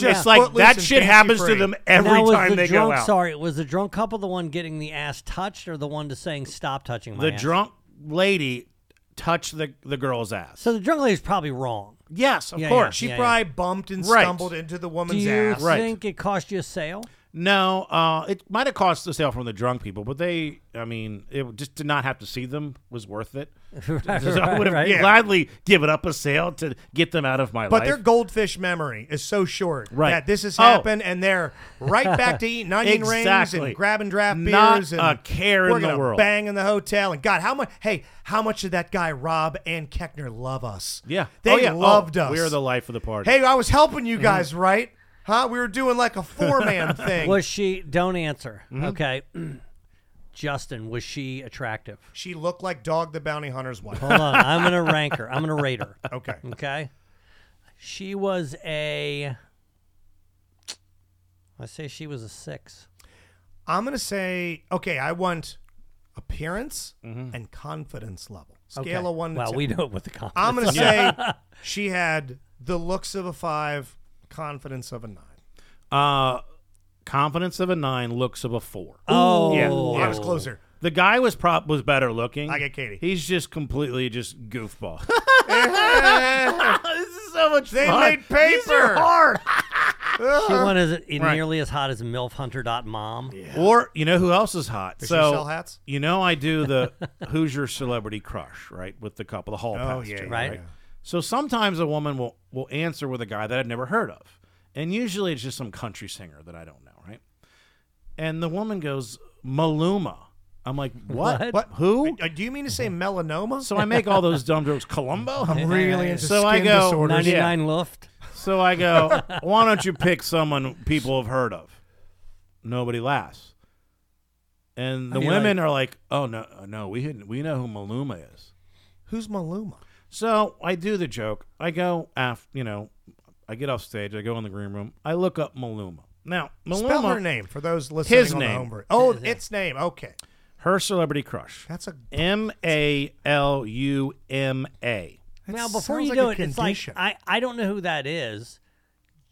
Speaker 5: Just like
Speaker 6: Footloose
Speaker 5: that
Speaker 6: and
Speaker 5: shit
Speaker 6: fancy
Speaker 5: happens to
Speaker 6: free.
Speaker 5: them every
Speaker 7: now, was
Speaker 5: time
Speaker 7: the
Speaker 5: they
Speaker 7: drunk,
Speaker 5: go out.
Speaker 7: Sorry, was the drunk couple the one getting the ass touched, or the one just saying "stop touching my
Speaker 5: the
Speaker 7: ass"?
Speaker 5: drunk lady touched the, the girl's ass.
Speaker 7: So the drunk lady's probably wrong.
Speaker 5: yes, of
Speaker 7: Yeah,
Speaker 5: course.
Speaker 7: yeah,
Speaker 5: She
Speaker 6: She
Speaker 7: yeah.
Speaker 6: probably bumped and
Speaker 5: Right.
Speaker 6: stumbled into the
Speaker 7: Do
Speaker 6: woman's
Speaker 7: you
Speaker 6: ass.
Speaker 5: Right.
Speaker 7: think it cost you a sale?
Speaker 5: No, uh, it might have cost the sale from the drunk people, but they, I mean, it just to not have to see them was worth it. So I would have
Speaker 7: right.
Speaker 5: gladly given up a sale to get them out of my
Speaker 6: But
Speaker 5: life.
Speaker 6: their goldfish memory is so short
Speaker 5: Right.
Speaker 6: that this has
Speaker 5: Oh.
Speaker 6: happened, and they're right back to eating onion rings
Speaker 5: Exactly.
Speaker 6: and grabbing draft
Speaker 5: Not
Speaker 6: beers. and
Speaker 5: a care in
Speaker 6: we're
Speaker 5: the
Speaker 6: gonna
Speaker 5: world.
Speaker 6: Bang in the hotel, and God, how much? Hey, how much did that guy Rob and Keckner love us?
Speaker 5: yeah,
Speaker 6: they
Speaker 5: Oh, yeah. Oh,
Speaker 6: loved us.
Speaker 5: We are the Mm-hmm. life of the party.
Speaker 6: Hey, I was helping you guys, right? Huh? We were doing like a four man thing.
Speaker 7: Was she? Don't answer. Okay. Justin, was she attractive?
Speaker 6: she looked like Dog the Bounty Hunter's wife.
Speaker 7: Hold on. I'm going to rank her. I'm going to rate her.
Speaker 6: Okay.
Speaker 7: Okay. She was a. I say she was a six.
Speaker 6: I'm gonna say okay. I want appearance
Speaker 5: Mm-hmm.
Speaker 6: and confidence level
Speaker 7: Okay.
Speaker 6: scale of one to
Speaker 7: Well,
Speaker 6: ten.
Speaker 7: we know it with the confidence.
Speaker 6: I'm gonna say she had the looks of a five, confidence of a nine.
Speaker 5: uh, confidence of a nine, looks of a four.
Speaker 7: Oh,
Speaker 5: Yeah.
Speaker 6: I was closer.
Speaker 5: The guy was prop was better looking.
Speaker 6: I get Katie.
Speaker 5: He's just completely just goofball. this is so much
Speaker 6: They
Speaker 5: fun.
Speaker 6: made paper.
Speaker 5: These are hard.
Speaker 7: She went as nearly as hot as MilfHunter.mom.
Speaker 5: Or you know who else is hot?
Speaker 6: Does she
Speaker 5: so
Speaker 6: sell hats?
Speaker 5: you know I do the who's your celebrity crush, right? With the couple, the hall
Speaker 6: Oh,
Speaker 5: pass
Speaker 6: yeah,
Speaker 5: joke,
Speaker 6: yeah,
Speaker 7: Right. yeah.
Speaker 5: So sometimes a woman will will answer with a guy that I've never heard of, and usually it's just some country singer that I don't know, right? And the woman goes Maluma. I'm like, what?
Speaker 7: What?
Speaker 6: What?
Speaker 5: Who?
Speaker 6: Uh, Do you mean to
Speaker 7: Mm-hmm.
Speaker 6: say melanoma?
Speaker 5: So I make all those dumb jokes. Columbo.
Speaker 6: I'm really into
Speaker 5: So I
Speaker 6: skin
Speaker 5: go,
Speaker 6: disorders.
Speaker 7: 99 Luft.
Speaker 5: So I go, why don't you pick someone people have heard of? Nobody laughs. And the
Speaker 7: mean,
Speaker 5: women are like, oh, no, no, we, hadn't- we know who Maluma is.
Speaker 6: Who's Maluma?
Speaker 5: So I do the joke. I go, af, you know, I get off stage. I go in the green room. I look up Maluma. Now, Maluma,
Speaker 6: Spell her name for those listening
Speaker 5: His
Speaker 6: on the
Speaker 5: name.
Speaker 6: home version. Oh, its name. Okay,
Speaker 5: her celebrity crush.
Speaker 6: that's a.
Speaker 5: M A L U M A.
Speaker 6: that
Speaker 7: Now, before
Speaker 6: sounds
Speaker 7: you
Speaker 6: like
Speaker 7: do
Speaker 6: a
Speaker 7: it,
Speaker 6: condition.
Speaker 7: it's like I, I don't know who that is.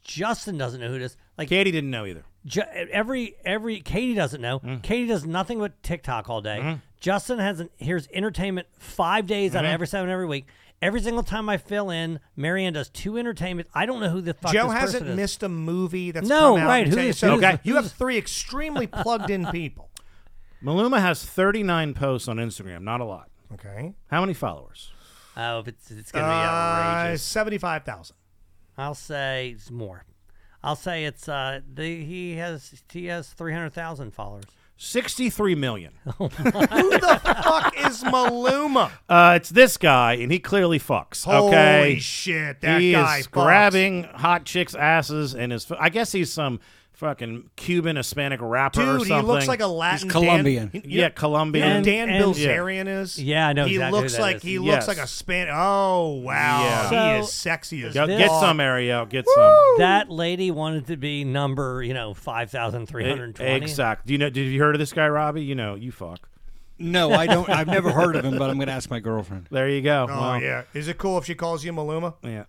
Speaker 7: Justin doesn't know who it is. Like
Speaker 5: Katie didn't know either.
Speaker 7: ju- every every Katie doesn't know.
Speaker 6: Mm.
Speaker 7: Katie does nothing but TikTok all day.
Speaker 6: Mm-hmm.
Speaker 7: Justin has an, here's entertainment five days out of every seven every week. Every single time I fill in, Marianne does two entertainment. I don't know who the fuck
Speaker 6: Joe
Speaker 7: this
Speaker 6: hasn't
Speaker 7: person is.
Speaker 6: missed a movie that's
Speaker 7: No,
Speaker 6: come out.
Speaker 7: right,
Speaker 6: in
Speaker 7: who
Speaker 6: 10
Speaker 7: is-
Speaker 6: so
Speaker 7: who is-
Speaker 6: okay, you have
Speaker 7: who's-
Speaker 6: three extremely plugged in people.
Speaker 5: Maluma has 39 posts on Instagram. Not a lot.
Speaker 6: Okay,
Speaker 5: How many followers?
Speaker 7: Oh, if it's it's gonna be
Speaker 6: uh,
Speaker 7: outrageous.
Speaker 6: seventy-five thousand.
Speaker 7: I'll say it's more. I'll say it's uh the, he has he has three hundred thousand followers.
Speaker 5: 63 million.
Speaker 6: Who the fuck is Maluma?
Speaker 5: Uh, it's this guy, and he clearly fucks. Okay,
Speaker 6: Holy shit, that
Speaker 5: he
Speaker 6: guy
Speaker 5: is
Speaker 6: fucks.
Speaker 5: grabbing hot chicks' asses, and is I guess he's some fucking Cuban Hispanic rapper or
Speaker 6: Dude, he
Speaker 5: something.
Speaker 6: looks like a Latin
Speaker 1: Colombian.
Speaker 6: Dan,
Speaker 5: yeah,
Speaker 6: you
Speaker 5: Colombian.
Speaker 6: know who
Speaker 7: And-
Speaker 6: Dan
Speaker 7: and-
Speaker 6: Bilzerian is.
Speaker 7: Yeah, I know
Speaker 6: He
Speaker 7: exactly who
Speaker 6: looks
Speaker 7: that
Speaker 6: like
Speaker 7: is.
Speaker 6: he
Speaker 5: Yes.
Speaker 6: looks like a span. Oh wow,
Speaker 5: Yeah.
Speaker 6: he
Speaker 7: So-
Speaker 6: is sexy as
Speaker 5: Go-
Speaker 6: fuck.
Speaker 5: get some, Ariel. Get some.
Speaker 7: That lady wanted to be number, you know, five thousand three hundred twenty.
Speaker 5: Exact. Do you know? Did you heard of this guy, Robbie? You know, you fuck.
Speaker 1: No, I don't. I've never heard of him, but I'm going to ask my girlfriend.
Speaker 5: There you go.
Speaker 6: Oh yeah, is it cool if she calls you Maluma?
Speaker 5: yeah.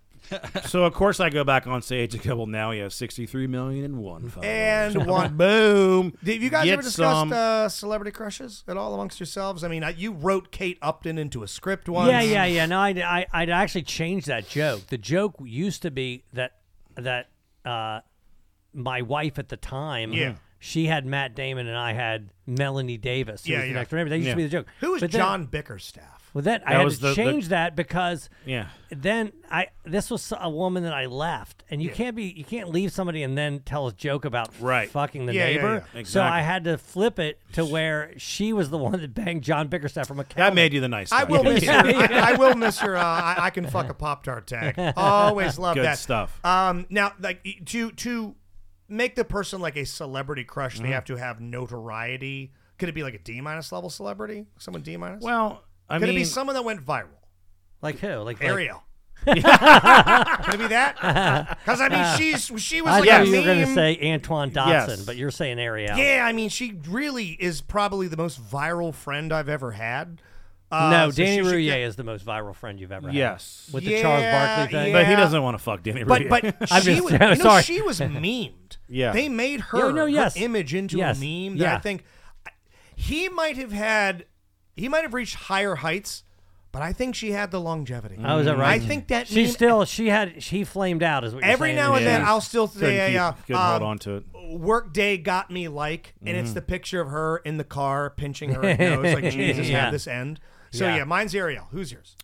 Speaker 5: so of course I go back on stage and go, well, now he has 63 million and one followers.
Speaker 6: And one.
Speaker 5: boom.
Speaker 6: Have you guys
Speaker 5: Get
Speaker 6: ever discussed
Speaker 5: some.
Speaker 6: uh, celebrity crushes at all amongst yourselves? I mean, I, you wrote Kate Upton into a script once.
Speaker 7: Yeah, yeah, yeah. No, I, I, I'd actually changed that joke. The joke used to be that that uh, my wife at the time,
Speaker 6: Yeah.
Speaker 7: she had Matt Damon and I had Melanie Davis. Who
Speaker 6: Yeah,
Speaker 7: was the
Speaker 6: yeah.
Speaker 7: next- remember that used
Speaker 5: Yeah.
Speaker 7: to be the joke.
Speaker 6: Who is
Speaker 7: But then-
Speaker 6: John Bickerstaff?
Speaker 7: Well, then I
Speaker 5: That
Speaker 7: had
Speaker 5: was
Speaker 7: to
Speaker 5: the- the-
Speaker 7: change that because
Speaker 5: Yeah.
Speaker 7: Then I this was a woman that I left, and you can't be you can't leave somebody and then tell a joke about
Speaker 5: Right.
Speaker 7: fucking the
Speaker 6: Yeah, yeah,
Speaker 7: neighbor.
Speaker 6: yeah.
Speaker 7: So
Speaker 5: Exactly.
Speaker 7: I had to flip it to where she was the one that banged John Bickerstaff from a
Speaker 5: That made you the nice guy.
Speaker 6: Oh, I will miss
Speaker 7: Yeah,
Speaker 6: her. I, I will miss her. Uh, I, I can fuck a pop tart tag. Always love
Speaker 5: Good
Speaker 6: that
Speaker 5: stuff.
Speaker 6: Um, now, like y- to to make the person like a celebrity crush,
Speaker 7: Mm-hmm.
Speaker 6: they have to have notoriety. Could it be like a D minus level celebrity? Someone D minus?
Speaker 5: Well, I
Speaker 6: could
Speaker 5: mean,
Speaker 6: it be someone that went viral?
Speaker 7: like who like like-
Speaker 6: Ariel. could it be that? Because I mean, she's she was
Speaker 7: I
Speaker 6: like
Speaker 7: thought
Speaker 6: a
Speaker 7: you were going to
Speaker 6: meme.
Speaker 7: say Antoine Dotson,
Speaker 5: Yes.
Speaker 7: but you're saying Ariel.
Speaker 6: Yeah, I mean, she really is probably the most viral friend I've ever had. Uh,
Speaker 7: no,
Speaker 6: so
Speaker 7: Danny
Speaker 6: she should
Speaker 7: Rouye
Speaker 6: get-
Speaker 7: is the most viral friend you've ever had.
Speaker 5: Yes.
Speaker 7: With the Charles
Speaker 6: Yeah,
Speaker 7: Barkley thing.
Speaker 6: yeah.
Speaker 5: but he doesn't want to fuck Danny
Speaker 6: But
Speaker 5: Rubio.
Speaker 6: but
Speaker 7: I'm
Speaker 6: she
Speaker 7: just-
Speaker 6: was, you know,
Speaker 7: sorry.
Speaker 6: she was memed.
Speaker 5: Yeah.
Speaker 6: they made her,
Speaker 7: Yeah, no,
Speaker 6: her
Speaker 7: yes.
Speaker 6: image into
Speaker 7: Yes.
Speaker 6: a meme. That I
Speaker 7: Yeah.
Speaker 6: think he might have had, he might have reached higher heights, but I think she had the longevity.
Speaker 7: Oh, is that right?
Speaker 6: Mm-hmm. I think that
Speaker 7: She
Speaker 6: meme-
Speaker 7: still, she had, she flamed out, is what you're
Speaker 6: every
Speaker 7: saying.
Speaker 6: now and then
Speaker 5: Yeah.
Speaker 6: I'll still
Speaker 5: couldn't,
Speaker 6: say,
Speaker 5: keep-
Speaker 6: uh,
Speaker 5: couldn't
Speaker 6: um,
Speaker 5: hold on to it.
Speaker 6: Workday got me like, and
Speaker 7: Mm.
Speaker 6: it's the picture of her in the car pinching her nose, like Jesus,
Speaker 7: Yeah.
Speaker 6: have this end. So yeah.
Speaker 5: Yeah.
Speaker 6: mine's Ariel. Who's yours?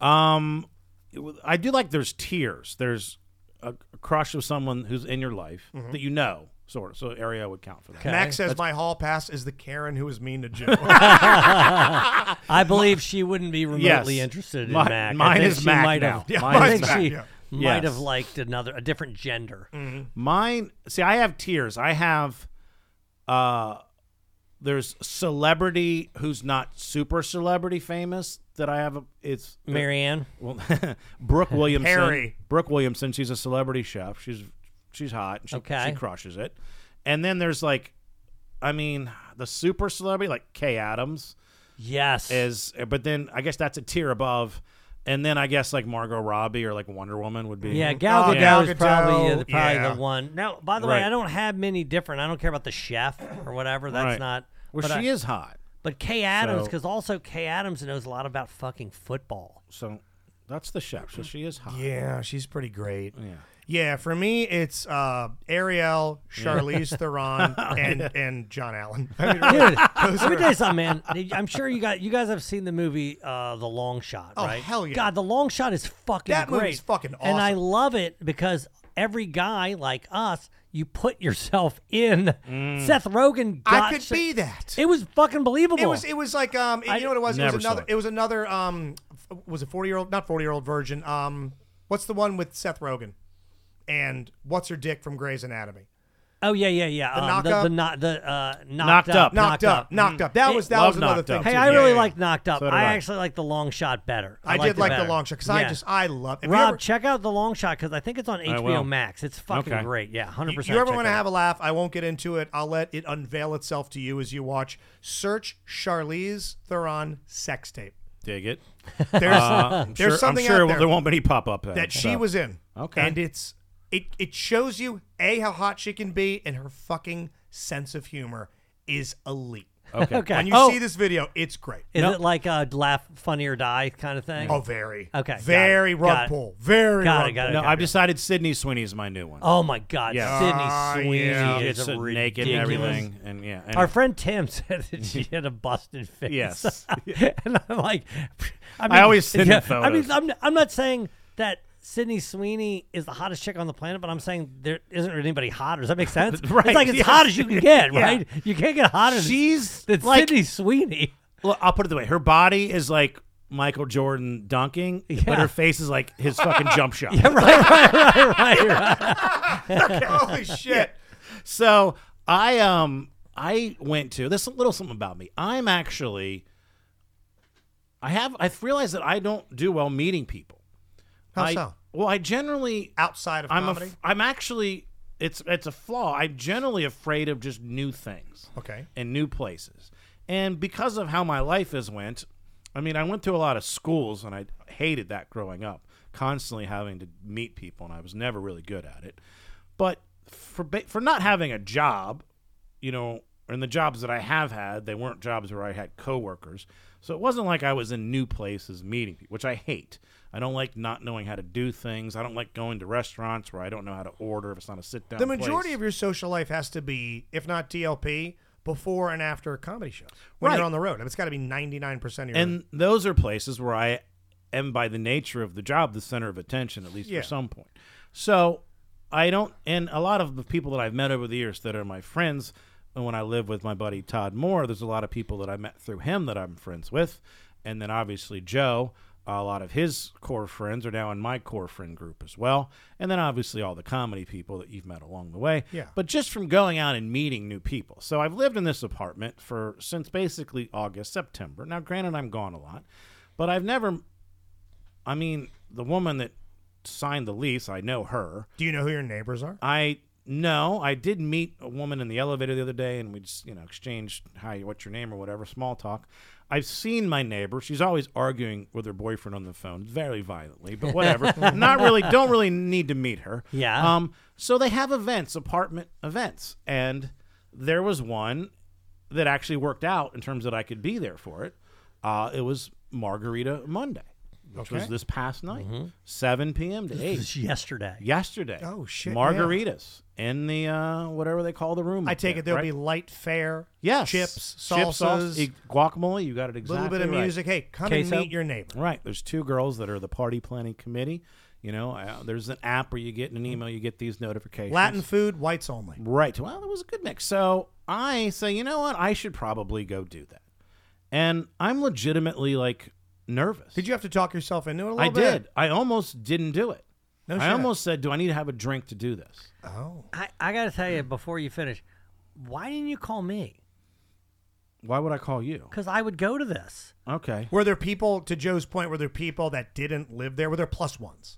Speaker 5: Um, it was- I do like there's tears. There's a a crush of someone who's in your life
Speaker 6: Mm-hmm.
Speaker 5: that you know, sort of. So Ariel would count for that.
Speaker 6: Max says my hall pass is the Karen who was mean to Joe.
Speaker 7: I believe she wouldn't be remotely
Speaker 5: Yes.
Speaker 7: interested in
Speaker 5: Mi-
Speaker 7: Mac. I
Speaker 5: mine
Speaker 7: think
Speaker 5: is
Speaker 7: she
Speaker 5: Mac
Speaker 7: might
Speaker 5: now.
Speaker 7: Have,
Speaker 5: Yeah,
Speaker 7: I
Speaker 5: mine
Speaker 7: think
Speaker 5: is Mac.
Speaker 7: she
Speaker 5: Yeah.
Speaker 7: might
Speaker 5: Yes. Mm-hmm.
Speaker 7: have liked another, a different gender.
Speaker 5: Mine, see, I have tears. I have, uh, there's celebrity who's not super celebrity famous that I have. A, it's
Speaker 7: Marianne,
Speaker 5: well, Brooke Williamson.
Speaker 6: Harry.
Speaker 5: Brooke Williamson. She's a celebrity chef. She's she's hot. And she,
Speaker 7: Okay.
Speaker 5: She crushes it. And then there's like, I mean, the super celebrity like Kay Adams
Speaker 7: yes,
Speaker 5: is, but then I guess that's a tier above. And then I guess like Margot Robbie or like Wonder Woman would be.
Speaker 7: yeah, Gal
Speaker 6: Oh,
Speaker 7: Gadot
Speaker 6: Gal
Speaker 7: is probably,
Speaker 6: Gadot,
Speaker 7: uh, probably
Speaker 6: yeah.
Speaker 7: the one. Now, by the way,
Speaker 5: Right.
Speaker 7: I don't have many different. I don't care about the chef or whatever. That's
Speaker 5: Right.
Speaker 7: not.
Speaker 5: Well,
Speaker 7: but
Speaker 5: she
Speaker 7: I-
Speaker 5: is hot.
Speaker 7: But Kay Adams,
Speaker 5: So-
Speaker 7: because also Kay Adams knows a lot about fucking football.
Speaker 5: So that's the chef. So she is hot.
Speaker 6: Yeah, she's pretty great. Yeah. for me, it's uh, Ariel, Charlize Theron, and and John Allen. I mean, really, those
Speaker 7: Let me
Speaker 6: are-
Speaker 7: tell you something, man. I'm sure you got you guys have seen the movie uh, The Long Shot,
Speaker 6: Oh,
Speaker 7: right?
Speaker 6: hell yeah.
Speaker 7: God, The Long Shot is fucking
Speaker 6: That
Speaker 7: great.
Speaker 6: movie's fucking
Speaker 7: And I
Speaker 6: awesome.
Speaker 7: love it because every guy like us, you put yourself in. Seth Rogen. Got
Speaker 6: Mm. I could
Speaker 7: Seth-
Speaker 6: be that.
Speaker 7: It was fucking believable.
Speaker 6: It was it was like um you know what it was it
Speaker 5: never
Speaker 6: was
Speaker 5: saw
Speaker 6: another
Speaker 5: it.
Speaker 6: it was another um f- was it forty year old not forty year old virgin um what's the one with Seth Rogen and what's her dick from Grey's Anatomy
Speaker 7: oh yeah, yeah, yeah. The
Speaker 6: knock
Speaker 7: the,
Speaker 6: up?
Speaker 7: the, no- the, uh, knocked,
Speaker 5: Knocked
Speaker 7: up,
Speaker 5: Up.
Speaker 6: knocked, up, knocked up that
Speaker 7: It-
Speaker 6: was that
Speaker 5: Love
Speaker 6: was another
Speaker 5: Knocked
Speaker 6: thing
Speaker 5: Up.
Speaker 7: Hey,
Speaker 6: too.
Speaker 7: I
Speaker 6: Yeah,
Speaker 7: really
Speaker 6: yeah,
Speaker 7: like Knocked Up.
Speaker 5: So did
Speaker 7: I
Speaker 5: I.
Speaker 7: actually like the long shot better.
Speaker 6: yeah. I,
Speaker 7: liked
Speaker 6: did
Speaker 7: it
Speaker 6: like
Speaker 7: better.
Speaker 6: the long shot because I
Speaker 7: Yeah.
Speaker 6: just I love if you
Speaker 7: Rob,
Speaker 6: ever-
Speaker 7: check out the long shot because I think it's on HBO
Speaker 5: will.
Speaker 7: Max. It's fucking
Speaker 5: Okay.
Speaker 7: great. Yeah, hundred
Speaker 6: You,
Speaker 7: percent.
Speaker 6: you ever want to have a laugh? I won't get into it. I'll let it unveil itself to you as you watch. Search Charlize Theron sex tape.
Speaker 5: Dig it.
Speaker 6: There's,
Speaker 5: Uh, I'm
Speaker 6: there's
Speaker 5: sure,
Speaker 6: something
Speaker 5: I'm sure
Speaker 6: out there,
Speaker 5: won't be any pop up
Speaker 6: that she was in.
Speaker 5: Okay.
Speaker 6: and it's it it shows you a how hot she can be, and her fucking sense of humor is elite.
Speaker 5: okay.
Speaker 7: Okay.
Speaker 6: When you
Speaker 7: oh,
Speaker 6: see this video, it's great.
Speaker 7: is it like a laugh, funny or die kind of thing?
Speaker 6: Oh, very
Speaker 7: Okay, got
Speaker 6: very
Speaker 7: it,
Speaker 6: rug
Speaker 7: got it.
Speaker 6: pull, very
Speaker 7: Got it,
Speaker 6: rug
Speaker 7: got it.
Speaker 6: pull.
Speaker 5: No,
Speaker 7: Okay.
Speaker 5: I've decided Sydney Sweeney is my new one.
Speaker 7: Oh my God,
Speaker 5: Yeah.
Speaker 6: Ah,
Speaker 7: Sydney Sweeney
Speaker 6: yeah.
Speaker 5: She
Speaker 7: is
Speaker 5: gets
Speaker 7: a
Speaker 5: naked and
Speaker 7: ridiculous-
Speaker 5: everything, and yeah. anyway.
Speaker 7: Our friend Tim said that she had a busted face.
Speaker 5: Yes.
Speaker 7: and I'm like, I, mean,
Speaker 5: always send him
Speaker 7: I mean,
Speaker 5: photos.
Speaker 7: I'm, I'm not saying that Sydney Sweeney is the hottest chick on the planet, but I'm saying there isn't really anybody hotter. Does that make sense?
Speaker 5: Right,
Speaker 7: It's like as
Speaker 5: yes.
Speaker 7: hot as you can get,
Speaker 5: Yeah.
Speaker 7: right? You can't get hotter than,
Speaker 5: She's
Speaker 7: than
Speaker 5: like-
Speaker 7: Sydney Sweeney.
Speaker 5: Well, I'll put it the way: her body is like Michael Jordan dunking,
Speaker 7: Yeah.
Speaker 5: but her face is like his fucking jump shot.
Speaker 7: right, right, right, right, right.
Speaker 6: Holy shit!
Speaker 5: So I um I went to this is a little something about me. I'm actually I have I've realized that I don't do well meeting people.
Speaker 6: How
Speaker 5: I-
Speaker 6: so?
Speaker 5: Well, I generally
Speaker 6: Outside of
Speaker 5: I'm
Speaker 6: comedy,
Speaker 5: af- I'm actually it's it's a flaw. I'm generally afraid of just new things
Speaker 6: okay.
Speaker 5: and new places. And because of how my life has went, I mean, I went through a lot of schools and I hated that growing up, constantly having to meet people and I was never really good at it. But for ba- for not having a job, you know, and the jobs that I have had, they weren't jobs where I had coworkers. So it wasn't like I was in new places meeting people, which I hate. I don't like not knowing how to do things. I don't like going to restaurants where I don't know how to order if it's not a sit down.
Speaker 6: The majority of your social life has to be, if not TLP, before and after comedy shows. When
Speaker 5: Right.
Speaker 6: you're on the road, I mean, it's got to be 99% of your
Speaker 5: and those are places where I am by the nature of the job the center of attention at least
Speaker 6: Yeah.
Speaker 5: for some point. So I don't and a lot of the people that I've met over the years that are my friends and when I live with my buddy Todd Moore, there's a lot of people that I met through him that I'm friends with and then obviously Joe a lot of his core friends are now in my core friend group as well. And then obviously all the comedy people that you've met along the way.
Speaker 6: Yeah.
Speaker 5: But just from going out and meeting new people. So I've lived in this apartment for since basically August, September. Now, granted, I'm gone a lot, but I've never, I mean, the woman that signed the lease, I know her.
Speaker 6: Do you know who your neighbors are?
Speaker 5: I no, I did meet a woman in the elevator the other day, and we just you know exchanged hi, what's your name or whatever, small talk. I've seen my neighbor. She's always arguing with her boyfriend on the phone, very violently, but whatever. Not really. Don't really need to meet her.
Speaker 7: Yeah.
Speaker 5: Um. So they have events, apartment events, and there was one that actually worked out in terms that I could be there for it. Uh, it was Margarita Monday, which was this past night, seven p.m. to eight
Speaker 7: This is yesterday.
Speaker 5: yesterday.
Speaker 6: Oh, shit, yeah.
Speaker 5: Margaritas in the uh, whatever they call the room.
Speaker 6: I
Speaker 5: up
Speaker 6: take
Speaker 5: there,
Speaker 6: it there'll
Speaker 5: right?
Speaker 6: be light fare,
Speaker 5: yes
Speaker 6: chips,
Speaker 5: Chip,
Speaker 6: salsas,
Speaker 5: sauce, e- guacamole. You got it
Speaker 6: a
Speaker 5: exactly.
Speaker 6: little bit of
Speaker 5: right.
Speaker 6: music. Hey, come
Speaker 7: Queso?
Speaker 6: and meet your neighbor.
Speaker 5: Right. There's two girls that are the party planning committee. You know, uh, there's an app where you get in an email, you get these notifications.
Speaker 6: Latin food, whites only.
Speaker 5: Right. Well, that was a good mix. So I say, you know what? I should probably go do that. And I'm legitimately like nervous.
Speaker 6: Did you have to talk yourself into it a little
Speaker 5: I
Speaker 6: bit?
Speaker 5: did. I almost didn't do it.
Speaker 6: No
Speaker 5: I
Speaker 6: shit.
Speaker 5: almost said, do I need to have a drink to do this?
Speaker 6: Oh.
Speaker 7: I, I got to tell you before you finish, why didn't you call me?
Speaker 5: Why would I call you?
Speaker 7: Because I would go to this.
Speaker 5: Okay.
Speaker 6: Were there people, to Joe's point, were there people that didn't live there? Were there plus ones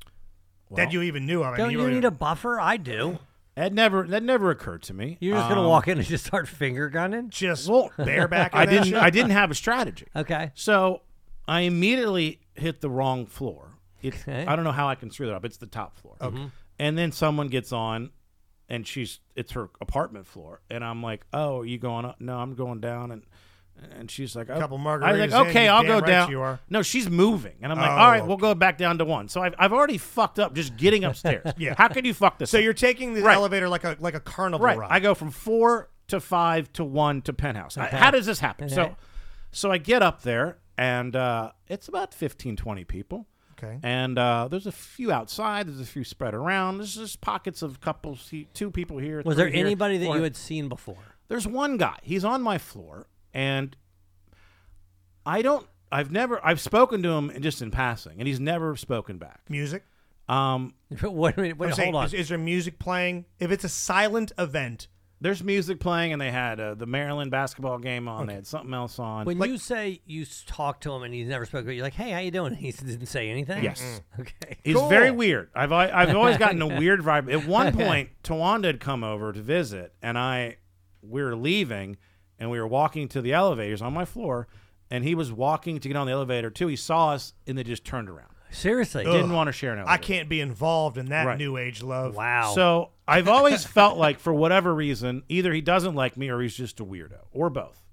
Speaker 6: that you even knew of? I mean,
Speaker 7: Don't you
Speaker 6: were-
Speaker 7: need a buffer? I do.
Speaker 5: That never that never occurred to me.
Speaker 7: You're just gonna walk in and just start finger gunning.
Speaker 6: just
Speaker 5: Well,
Speaker 6: bareback?
Speaker 5: I
Speaker 6: and that
Speaker 5: didn't
Speaker 6: shit?
Speaker 5: I didn't have a strategy.
Speaker 7: Okay.
Speaker 5: So I immediately hit the wrong floor. It's,
Speaker 7: Okay.
Speaker 5: I don't know how I can screw that up. It's the top floor.
Speaker 6: Mm-hmm.
Speaker 5: Okay. And then someone gets on and she's it's her apartment floor and I'm like, "Oh, are you going up?" No, I'm going down and and she's like,
Speaker 6: Couple
Speaker 5: oh.
Speaker 6: margaritas
Speaker 5: I was
Speaker 6: in,
Speaker 5: like, okay,
Speaker 6: you
Speaker 5: I'll
Speaker 6: damn
Speaker 5: go
Speaker 6: right
Speaker 5: down.
Speaker 6: you are.
Speaker 5: No, she's moving, and I'm like,
Speaker 6: Oh,
Speaker 5: all right,
Speaker 6: okay.
Speaker 5: we'll go back down to one. So I've, I've already fucked up just getting upstairs.
Speaker 6: Yeah.
Speaker 5: How could you fuck this?
Speaker 6: So
Speaker 5: up?
Speaker 6: you're taking the
Speaker 5: Right.
Speaker 6: elevator like a like a carnival
Speaker 5: Right.
Speaker 6: ride.
Speaker 5: I go from four to five to one to penthouse. I- how does this happen? So, so I get up there and uh, it's about 15, 20 people.
Speaker 6: Okay.
Speaker 5: And uh, there's a few outside. There's a few spread around. There's just pockets of couples. he- Two people here.
Speaker 7: Was there
Speaker 5: three here,
Speaker 7: anybody that
Speaker 5: four
Speaker 7: you
Speaker 5: here.
Speaker 7: had seen before?
Speaker 5: There's one guy. He's on my floor, and I don't. I've never. I've spoken to him just in passing, and he's never spoken back.
Speaker 6: music.
Speaker 5: Um,
Speaker 7: Wait a minute. Wait,
Speaker 6: I'm
Speaker 7: hold
Speaker 6: saying,
Speaker 7: on.
Speaker 6: Is, is there music playing? If it's a silent event,
Speaker 5: there's music playing, and they had uh, the Maryland basketball game on. They had something else on.
Speaker 7: when you say you s- talk to him and he's never spoke, you're like, "Hey, how you doing?" He didn't say anything. Mm.
Speaker 5: Yes.
Speaker 7: Okay.
Speaker 5: He's very weird. I've al- I've always gotten a weird vibe. At one point, Tawanda had come over to visit, and I we were leaving, and we were walking to the elevators on my floor, and he was walking to get on the elevator too. He saw us, and they just turned around.
Speaker 7: Seriously.
Speaker 5: Didn't want to share an elevator.
Speaker 6: I can't be involved in that
Speaker 5: Right.
Speaker 6: new age love.
Speaker 7: Wow.
Speaker 5: So I've always felt like, for whatever reason, either he doesn't like me or he's just a weirdo, or both.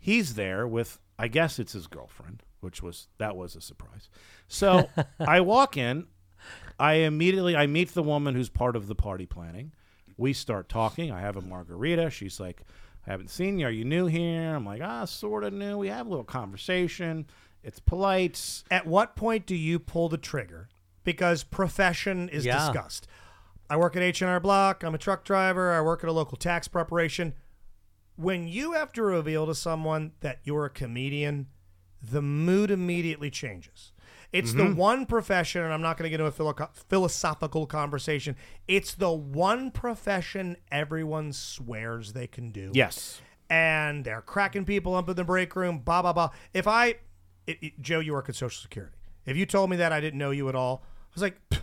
Speaker 5: He's there with, I guess it's his girlfriend, which was that was a surprise. So I walk in, I immediately I meet the woman who's part of the party planning. We start talking. I have a margarita. She's like, "I haven't seen you. Are you new here?" I'm like, "Ah, sort of new." We have a little conversation. It's polite.
Speaker 6: At what point do you pull the trigger? Because profession is
Speaker 7: Yeah.
Speaker 6: discussed. I work at H&R Block. I'm a truck driver. I work at a local tax preparation. When you have to reveal to someone that you're a comedian, the mood immediately changes. It's the one profession, and I'm not going to get into a philo- philosophical conversation. It's the one profession everyone swears they can do
Speaker 5: Yes.
Speaker 6: and they're cracking people up in the break room. Blah blah blah. If I, it, it- Joe, you work at Social Security. If you told me that I didn't know you at all, I was like, "Pff,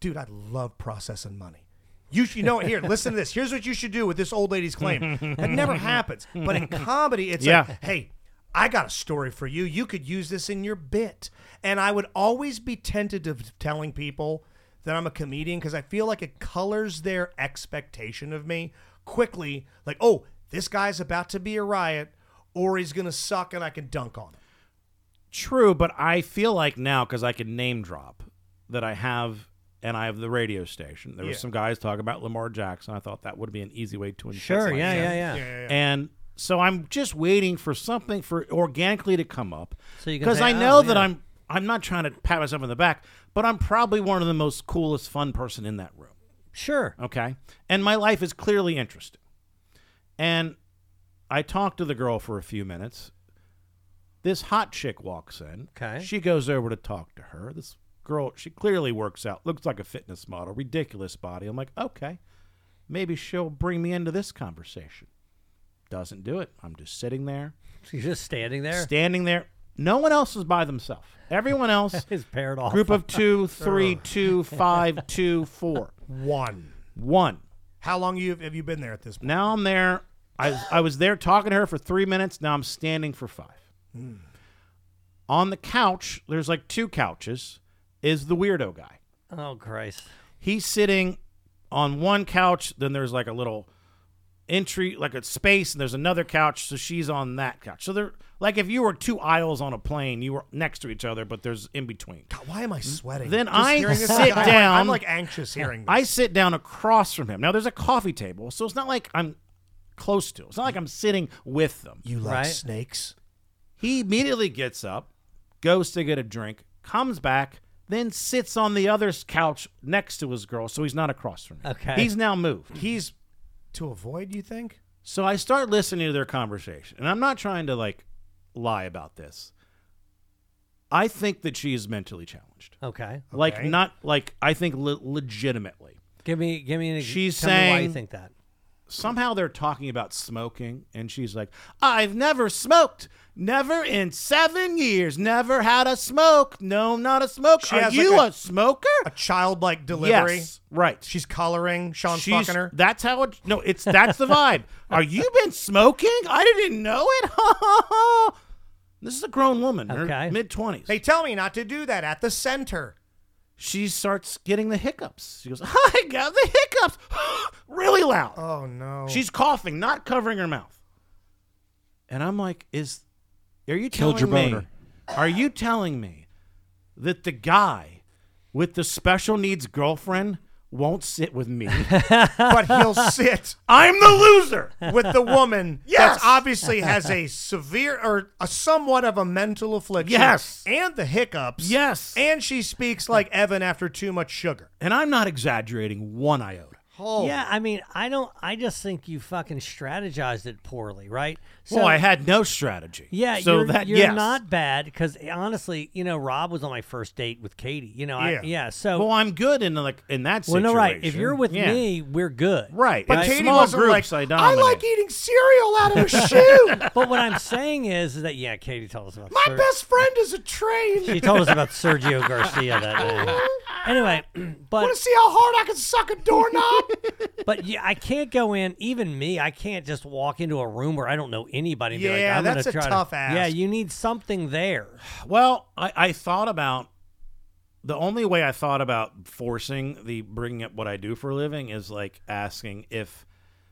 Speaker 6: dude, I love processing money. You should you know what? Here, listen to this. Here's what you should do with this old lady's claim. That never happens. But in comedy, it's
Speaker 5: Yeah.
Speaker 6: like, hey. I got a story for you. You could use this in your bit. And I would always be tentative to telling people that I'm a comedian because I feel like it colors their expectation of me quickly. Like, oh, this guy's about to be a riot or he's going to suck and I can dunk on him.
Speaker 5: True, but I feel like now because I can name drop that I have, and I have the radio station. There
Speaker 6: Yeah.
Speaker 5: was some guys talking about Lamar Jackson. I thought that would be an easy way to inject
Speaker 7: Sure.
Speaker 5: like
Speaker 7: Yeah,
Speaker 5: that.
Speaker 7: yeah. Yeah.
Speaker 5: And so I'm just waiting for something for organically to come up.
Speaker 7: So you can
Speaker 5: because
Speaker 7: say,
Speaker 5: I know
Speaker 7: "Oh,
Speaker 5: that
Speaker 7: yeah."
Speaker 5: I'm I'm not trying to pat myself on the back, but I'm probably one of the most coolest, fun person in that room.
Speaker 7: Sure.
Speaker 5: Okay. And my life is clearly interesting. And I talk to the girl for a few minutes. This hot chick walks in.
Speaker 7: Okay.
Speaker 5: She goes over to talk to her. This girl, she clearly works out, looks like a fitness model, ridiculous body. I'm like, okay, maybe she'll bring me into this conversation. Doesn't do it. I'm just sitting there,
Speaker 7: So you're just standing there.
Speaker 5: standing there. No one else is by themselves. Everyone else,
Speaker 7: is paired off.
Speaker 5: group of two, three, two, five, two, four,
Speaker 6: One.
Speaker 5: one.
Speaker 6: How long you have you been there at this point?
Speaker 5: Now I'm there. I, I was there talking to her for three minutes. Now I'm standing for five. On the couch, there's like two couches, is the weirdo guy.
Speaker 7: Oh Christ.
Speaker 5: He's sitting on one couch, then there's like a little entry, like a space, and there's another couch. So she's on that couch. So they're like if you were two aisles on a plane, you were next to each other, but there's in between.
Speaker 6: God, why am I sweating?
Speaker 5: Mm, Then
Speaker 6: Just
Speaker 5: I
Speaker 6: hearing this,
Speaker 5: sit
Speaker 6: I'm like-
Speaker 5: down.
Speaker 6: I'm like anxious hearing this.
Speaker 5: I sit down across from him. Now there's a coffee table, so it's not like I'm close to. It's not like I'm sitting with them.
Speaker 6: you like
Speaker 7: Right.
Speaker 6: snakes?
Speaker 5: He immediately gets up, goes to get a drink, comes back, then sits on the other's couch next to his girl, so he's not across from her.
Speaker 7: Okay.
Speaker 5: He's now moved.
Speaker 6: He's to avoid. You think?
Speaker 5: So I start listening to their conversation, and I'm not trying to like lie about this. I think that she is mentally challenged.
Speaker 7: Okay.
Speaker 5: Like
Speaker 6: Okay.
Speaker 5: not like I think le- legitimately.
Speaker 7: Give me give me an ex-
Speaker 5: She's
Speaker 7: tell me why you
Speaker 5: saying-
Speaker 7: think that.
Speaker 5: somehow they're talking about smoking and she's like i've never smoked never in seven years never had a smoke no not a smoker
Speaker 6: She
Speaker 5: are
Speaker 6: has
Speaker 5: you
Speaker 6: like
Speaker 5: a, smoker
Speaker 6: A childlike delivery.
Speaker 5: yes right
Speaker 6: She's coloring. Sean's
Speaker 5: She's-
Speaker 6: fucking her.
Speaker 5: that's how it no it's that's the vibe are you been smoking i didn't know it this is a grown woman
Speaker 7: Okay.
Speaker 5: her mid-20s
Speaker 6: They tell me not to do that at the center.
Speaker 5: she starts getting the hiccups she goes i got the hiccups really loud
Speaker 6: Oh no.
Speaker 5: She's coughing, not covering her mouth. And I'm like, is are you
Speaker 8: Killed
Speaker 5: telling
Speaker 8: your
Speaker 5: me?
Speaker 8: boner.
Speaker 5: Are you telling me that the guy with the special needs girlfriend won't sit with me?
Speaker 6: but he'll sit
Speaker 5: I'm the loser.
Speaker 6: with the woman
Speaker 5: Yes!
Speaker 6: that obviously has a severe or a somewhat of a mental affliction.
Speaker 5: Yes.
Speaker 6: And the hiccups.
Speaker 5: Yes.
Speaker 6: And she speaks like Evan after too much sugar.
Speaker 5: And I'm not exaggerating one iota.
Speaker 6: Oh.
Speaker 7: Yeah, I mean, I don't I just think you fucking strategized it poorly, right? So
Speaker 5: well, I had no strategy.
Speaker 7: Yeah,
Speaker 5: so
Speaker 7: you're,
Speaker 5: that
Speaker 7: you're
Speaker 5: yes.
Speaker 7: not bad because honestly, you know, Rob was on my first date with Katie. You know,
Speaker 6: Yeah.
Speaker 7: I, yeah. So
Speaker 5: Well, I'm good in like in that
Speaker 7: well,
Speaker 5: situation.
Speaker 7: no, right. If you're with
Speaker 5: Yeah.
Speaker 7: me, we're good.
Speaker 5: right?
Speaker 6: But
Speaker 5: in
Speaker 6: Katie
Speaker 5: small
Speaker 6: wasn't
Speaker 5: groups,
Speaker 6: like,
Speaker 5: I,
Speaker 6: I, like
Speaker 5: dominate.
Speaker 6: eating cereal out of a shoe.
Speaker 7: But what I'm saying is, is that yeah, Katie told us about
Speaker 6: My
Speaker 7: Ser-
Speaker 6: best friend is a train.
Speaker 7: She told us about Sergio Garcia that day. Anyway,
Speaker 6: Want
Speaker 7: but
Speaker 6: to see how hard I can suck a doorknob?
Speaker 7: but yeah, I can't go in. Even me, I can't just walk into a room where I don't know anybody. And be like,
Speaker 6: Yeah,
Speaker 7: I'm gonna
Speaker 6: that's a
Speaker 7: try to-"
Speaker 6: tough ask.
Speaker 7: Yeah, you need something there.
Speaker 5: Well, I, I thought about the only way I thought about forcing the bringing up what I do for a living is like asking if,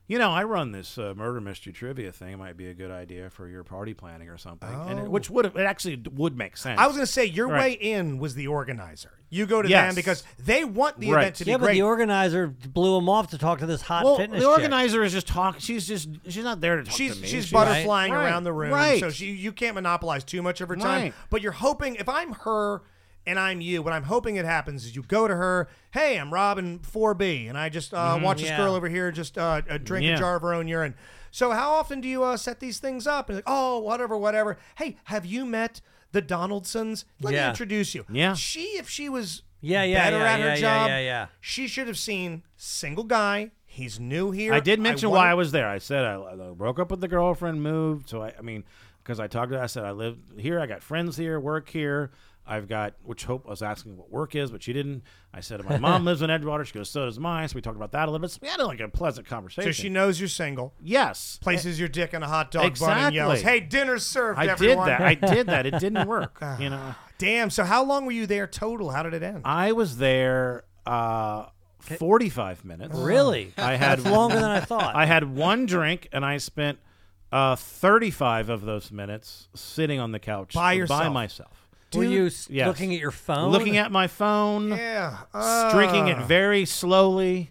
Speaker 5: you know, I run this uh, murder mystery trivia thing. It might be a good idea for your party planning or something. And it, which would have, it actually d- would make sense.
Speaker 6: Oh. I was going to say, your way
Speaker 5: Right.
Speaker 6: in was the organizer. You go to
Speaker 5: Yes.
Speaker 6: them because they want the
Speaker 5: Right.
Speaker 6: event to be
Speaker 7: yeah, but
Speaker 6: great.
Speaker 7: the organizer blew him off to talk to this hot
Speaker 5: well,
Speaker 7: fitness.
Speaker 5: the
Speaker 7: chick.
Speaker 5: organizer is just talking. She's just she's not there to talk
Speaker 6: she's
Speaker 5: to me.
Speaker 6: she's
Speaker 7: Right.
Speaker 6: butterflying
Speaker 5: Right.
Speaker 6: around the room,
Speaker 5: Right.
Speaker 6: so she you can't monopolize too much of her time.
Speaker 5: Right.
Speaker 6: But you're hoping if I'm her and I'm you, what I'm hoping it happens is you go to her, hey, I'm Robin 4B, and I just uh, watch this
Speaker 7: Yeah.
Speaker 6: girl over here just uh, uh,
Speaker 5: Mm-hmm,
Speaker 6: drink
Speaker 5: Yeah.
Speaker 6: a jar of her own urine. So how often do you uh, set these things up? And like, oh, whatever, whatever. Hey, have you met the Donaldsons? Let me
Speaker 7: Yeah.
Speaker 6: introduce you.
Speaker 5: Yeah.
Speaker 6: She, if she was
Speaker 7: Yeah, yeah,
Speaker 6: better
Speaker 7: yeah,
Speaker 6: at her
Speaker 7: yeah, yeah,
Speaker 6: job,
Speaker 7: yeah, yeah.
Speaker 6: she should have seen single guy. He's new here.
Speaker 5: I did mention
Speaker 6: wanna-
Speaker 5: why I was there. I said I, I broke up with the girlfriend, moved. So I, I mean, because I talked to, her, I said I live here. I got friends here, work here. I've got, which Hope was asking what work is, but she didn't. I said my mom lives in Edgewater. She goes, so does mine. So we talked about that a little bit. So we had like a pleasant
Speaker 6: So
Speaker 5: conversation.
Speaker 6: she knows you're single.
Speaker 5: yes,
Speaker 6: places your dick in a hot dog bun and
Speaker 5: Exactly.
Speaker 6: yells, "Hey, dinner's served!"
Speaker 5: Eh, I
Speaker 6: everyone.
Speaker 5: did that. I did that. It didn't work. you know,
Speaker 6: Damn. So how long were you there total? How did it end?
Speaker 5: I was there uh, forty-five minutes.
Speaker 7: Really?
Speaker 5: I had
Speaker 7: That's longer than I thought.
Speaker 5: I had one drink and I spent uh, 35 of those minutes sitting on the couch
Speaker 6: By yourself.
Speaker 5: myself.
Speaker 7: Were you
Speaker 6: Dude,
Speaker 7: s-
Speaker 5: yes.
Speaker 7: looking at your phone?
Speaker 5: Looking at my phone,
Speaker 6: Yeah. uh,
Speaker 5: s- drinking it very slowly.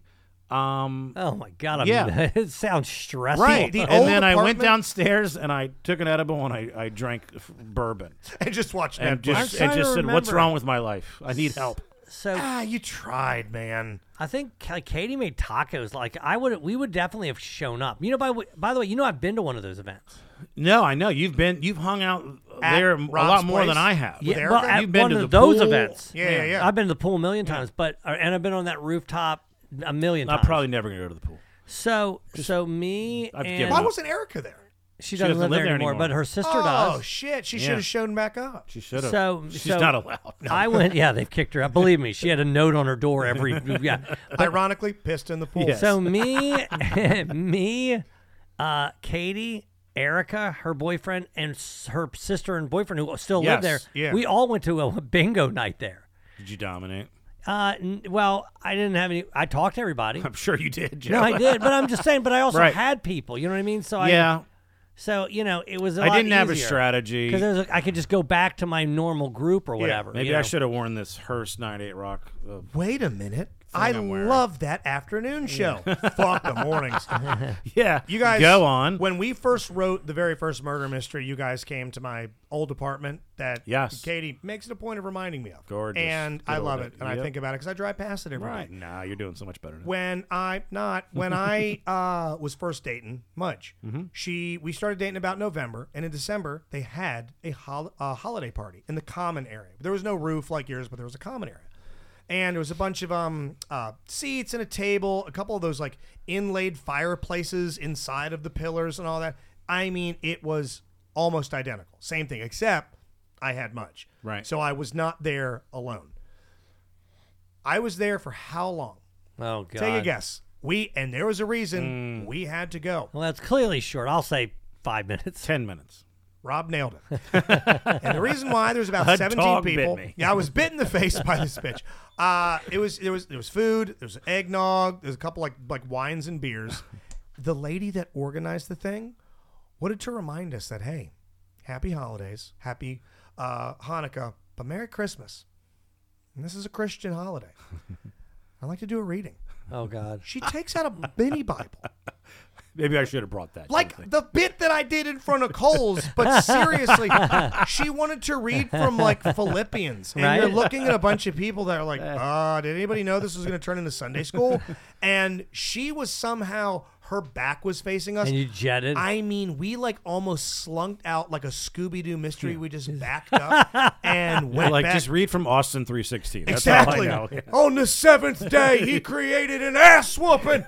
Speaker 5: Um,
Speaker 7: Oh my god! I
Speaker 5: Yeah.
Speaker 7: mean, it sounds stressful. Uh,
Speaker 5: right.
Speaker 6: the
Speaker 5: and
Speaker 6: old
Speaker 5: then I went
Speaker 6: apartment-
Speaker 5: downstairs and I took an edible and I, I drank f- bourbon
Speaker 6: and just watch
Speaker 5: and
Speaker 6: Netflix.
Speaker 5: just,
Speaker 7: I'm
Speaker 5: and
Speaker 7: trying
Speaker 5: just
Speaker 7: to
Speaker 5: said, What's
Speaker 7: remember.
Speaker 5: wrong with my life? I need help.
Speaker 7: So
Speaker 6: ah, you tried, man.
Speaker 7: I think Ka- Katie made tacos. Like I would, we would definitely have shown up. You know, by w- by the way, you know I've been to one of those events.
Speaker 5: No, I know you've been you've hung out
Speaker 6: At
Speaker 5: there a
Speaker 6: Rob's
Speaker 5: lot more
Speaker 6: place?
Speaker 5: than I have.
Speaker 6: With
Speaker 7: well,
Speaker 6: Erica?
Speaker 7: at
Speaker 5: You've been
Speaker 7: one
Speaker 5: to
Speaker 7: of
Speaker 5: the
Speaker 7: those
Speaker 5: pool?
Speaker 7: events.
Speaker 6: Yeah, yeah, yeah.
Speaker 7: I've been to the pool a million times, but uh, and I've been on that rooftop a million times.
Speaker 5: I'm probably never gonna go to the pool.
Speaker 7: So so me
Speaker 5: I've
Speaker 7: and
Speaker 5: given
Speaker 6: Why
Speaker 5: up.
Speaker 6: wasn't Erica there?
Speaker 7: she doesn't live, there, anymore, but her sister
Speaker 6: oh
Speaker 7: does.
Speaker 6: shit, she
Speaker 5: Yeah.
Speaker 6: should have shown back up.
Speaker 5: She should have.
Speaker 7: So-
Speaker 5: she's
Speaker 7: so-
Speaker 5: not allowed.
Speaker 7: I went. Yeah, they've kicked her out. Believe me, she had a note on her door every. Yeah,
Speaker 6: Ironically, pissed in the pool.
Speaker 5: Yes.
Speaker 7: So me, me, uh, Katie, Erica, her boyfriend, and s- her sister and boyfriend who still
Speaker 5: Yes,
Speaker 7: live there.
Speaker 6: yeah.
Speaker 7: We all went to a bingo night there.
Speaker 5: Did you dominate?
Speaker 7: Uh, n- well, I didn't have any. I talked to everybody.
Speaker 5: I'm sure you did. Joe.
Speaker 7: No, I did, but I'm just saying. But I also
Speaker 5: Right.
Speaker 7: had people. You know what I mean? So I,
Speaker 5: yeah,
Speaker 7: So you know, it was. I
Speaker 5: I didn't have a strategy.
Speaker 7: because I could just go back to my normal group or whatever.
Speaker 5: Maybe
Speaker 7: you
Speaker 5: I
Speaker 7: know?
Speaker 5: should have worn this Hearst 98 Rock. Uh,
Speaker 6: Wait a minute. I
Speaker 5: I'm wearing.
Speaker 6: love that afternoon show. Fuck the mornings.
Speaker 5: yeah,
Speaker 6: You guys
Speaker 5: go on.
Speaker 6: When we first wrote the very first murder mystery, you guys came to my old apartment that
Speaker 5: Yes.
Speaker 6: Katie makes it a point of reminding me of.
Speaker 5: Gorgeous.
Speaker 6: And
Speaker 5: Good
Speaker 6: I
Speaker 5: old
Speaker 6: love
Speaker 5: days.
Speaker 6: it. And I
Speaker 5: Yep.
Speaker 6: think about it because I drive past it every
Speaker 5: right
Speaker 6: night.
Speaker 5: now, you're doing so much better. Now.
Speaker 6: When I not when I uh, was first dating Mudge, she we started dating about November, and in December they had a, hol- a holiday party in the common area. There was no roof like yours, but there was a common area, and there was a bunch of um uh, seats and a table, a couple of those like inlaid fireplaces inside of the pillars and all that. I mean, it was almost identical, same thing, except I had Mudge,
Speaker 5: Right.
Speaker 6: So I was not there alone. I was there for how long?
Speaker 7: Oh god.
Speaker 6: Take a guess. We and there was a reason
Speaker 5: Mm.
Speaker 6: we had to go.
Speaker 7: Well, that's clearly short. I'll say five minutes.
Speaker 5: Ten minutes.
Speaker 6: Rob nailed it. and the reason why there's about
Speaker 5: A
Speaker 6: 17
Speaker 5: dog bit
Speaker 6: people.
Speaker 5: me.
Speaker 6: Yeah, I was bit in the face by this bitch. Uh, it was there was there was food, there was eggnog, there was a couple like like wines and beers. The lady that organized the thing wanted to remind us that hey, happy holidays, happy uh, Hanukkah, but Merry Christmas. And this is a Christian holiday. I'd like to do a reading.
Speaker 7: Oh god.
Speaker 6: She takes out a mini Bible.
Speaker 5: Maybe I should have brought that.
Speaker 6: like the bit that I did in front of Coles, but seriously, she wanted to read from like Philippians, and you're
Speaker 7: Right.
Speaker 6: looking at a bunch of people that are like, "Ah, did anybody know this was going to turn into Sunday school?" And she was somehow her back was facing us.
Speaker 7: And you jetted.
Speaker 6: I mean, we like almost slunked out like a Scooby Doo mystery. We just backed up and went
Speaker 5: like
Speaker 6: back.
Speaker 5: just read from Austin 316. That's
Speaker 6: Exactly.
Speaker 5: All I know.
Speaker 6: On the seventh day, he created an ass whooping.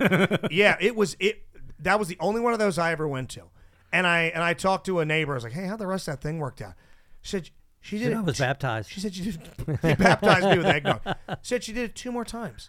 Speaker 6: yeah, it was it. That was the only one of those I ever went to, and I and I talked to a neighbor. I was like, "Hey, how the rest of that thing worked out?" She said she did.
Speaker 7: Dude, I was
Speaker 6: she,
Speaker 7: baptized.
Speaker 6: she said she did. He baptized me with eggnog. She said she did it two more times.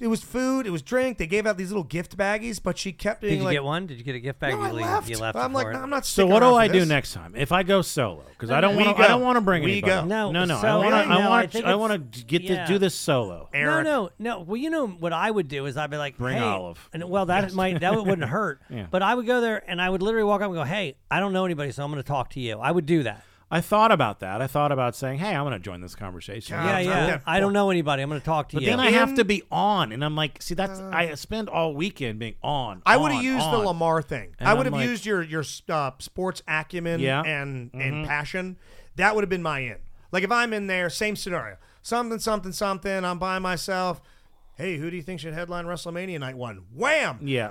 Speaker 6: It was food. It was drink. They gave out these little gift baggies, but she kept being
Speaker 7: Did you
Speaker 6: like,
Speaker 7: get one? Did you get a gift bag?
Speaker 6: "No,
Speaker 7: you
Speaker 6: I
Speaker 7: leave-
Speaker 6: left."
Speaker 7: You left.
Speaker 6: I'm
Speaker 7: it
Speaker 6: like,
Speaker 7: for
Speaker 6: "No,
Speaker 7: it?
Speaker 6: I'm not.
Speaker 5: So
Speaker 6: sticking
Speaker 5: what
Speaker 6: around
Speaker 5: do
Speaker 6: for
Speaker 5: I do
Speaker 6: this."
Speaker 5: next time if I go solo? Because I don't
Speaker 6: We
Speaker 5: want to. I
Speaker 6: go.
Speaker 5: don't want to bring
Speaker 6: We
Speaker 5: anybody.
Speaker 6: go.
Speaker 7: No,
Speaker 5: no, no. I
Speaker 7: so-
Speaker 5: want to.
Speaker 7: No, I
Speaker 5: I want
Speaker 7: think
Speaker 5: to. I
Speaker 7: it's-
Speaker 5: want to get
Speaker 7: yeah.
Speaker 5: to do this solo.
Speaker 6: Eric.
Speaker 7: No, no, no. Well, you know what I would do is I'd be like,
Speaker 5: Bring
Speaker 7: hey,
Speaker 5: Olive.
Speaker 7: And well, that might that wouldn't hurt.
Speaker 5: Yeah.
Speaker 7: But I would go there and I would literally walk up and go, hey, I don't know anybody, so I'm going to talk to you. I would do that.
Speaker 5: I thought about that. I thought about saying, "Hey, I'm going to join this conversation."
Speaker 6: Yeah,
Speaker 7: Yeah,
Speaker 6: I'm
Speaker 7: yeah.
Speaker 6: not-
Speaker 7: I don't know anybody. I'm going to talk to
Speaker 5: Um, But
Speaker 7: you.
Speaker 5: then I have to be on, and I'm like, see, that's I spend all weekend being on.
Speaker 6: Uh. I would have
Speaker 5: on,
Speaker 6: used the
Speaker 5: on.
Speaker 6: Lamar thing.
Speaker 5: And
Speaker 6: I would
Speaker 5: I'm
Speaker 6: have
Speaker 5: like-
Speaker 6: used your your uh, sports acumen
Speaker 5: Yeah. Mm-hmm.
Speaker 6: and and passion. That would have been my in. Like if I'm in there, same scenario. Something, something, something. I'm by myself. Hey, who do you think should headline WrestleMania night one? Wham!
Speaker 5: Yeah,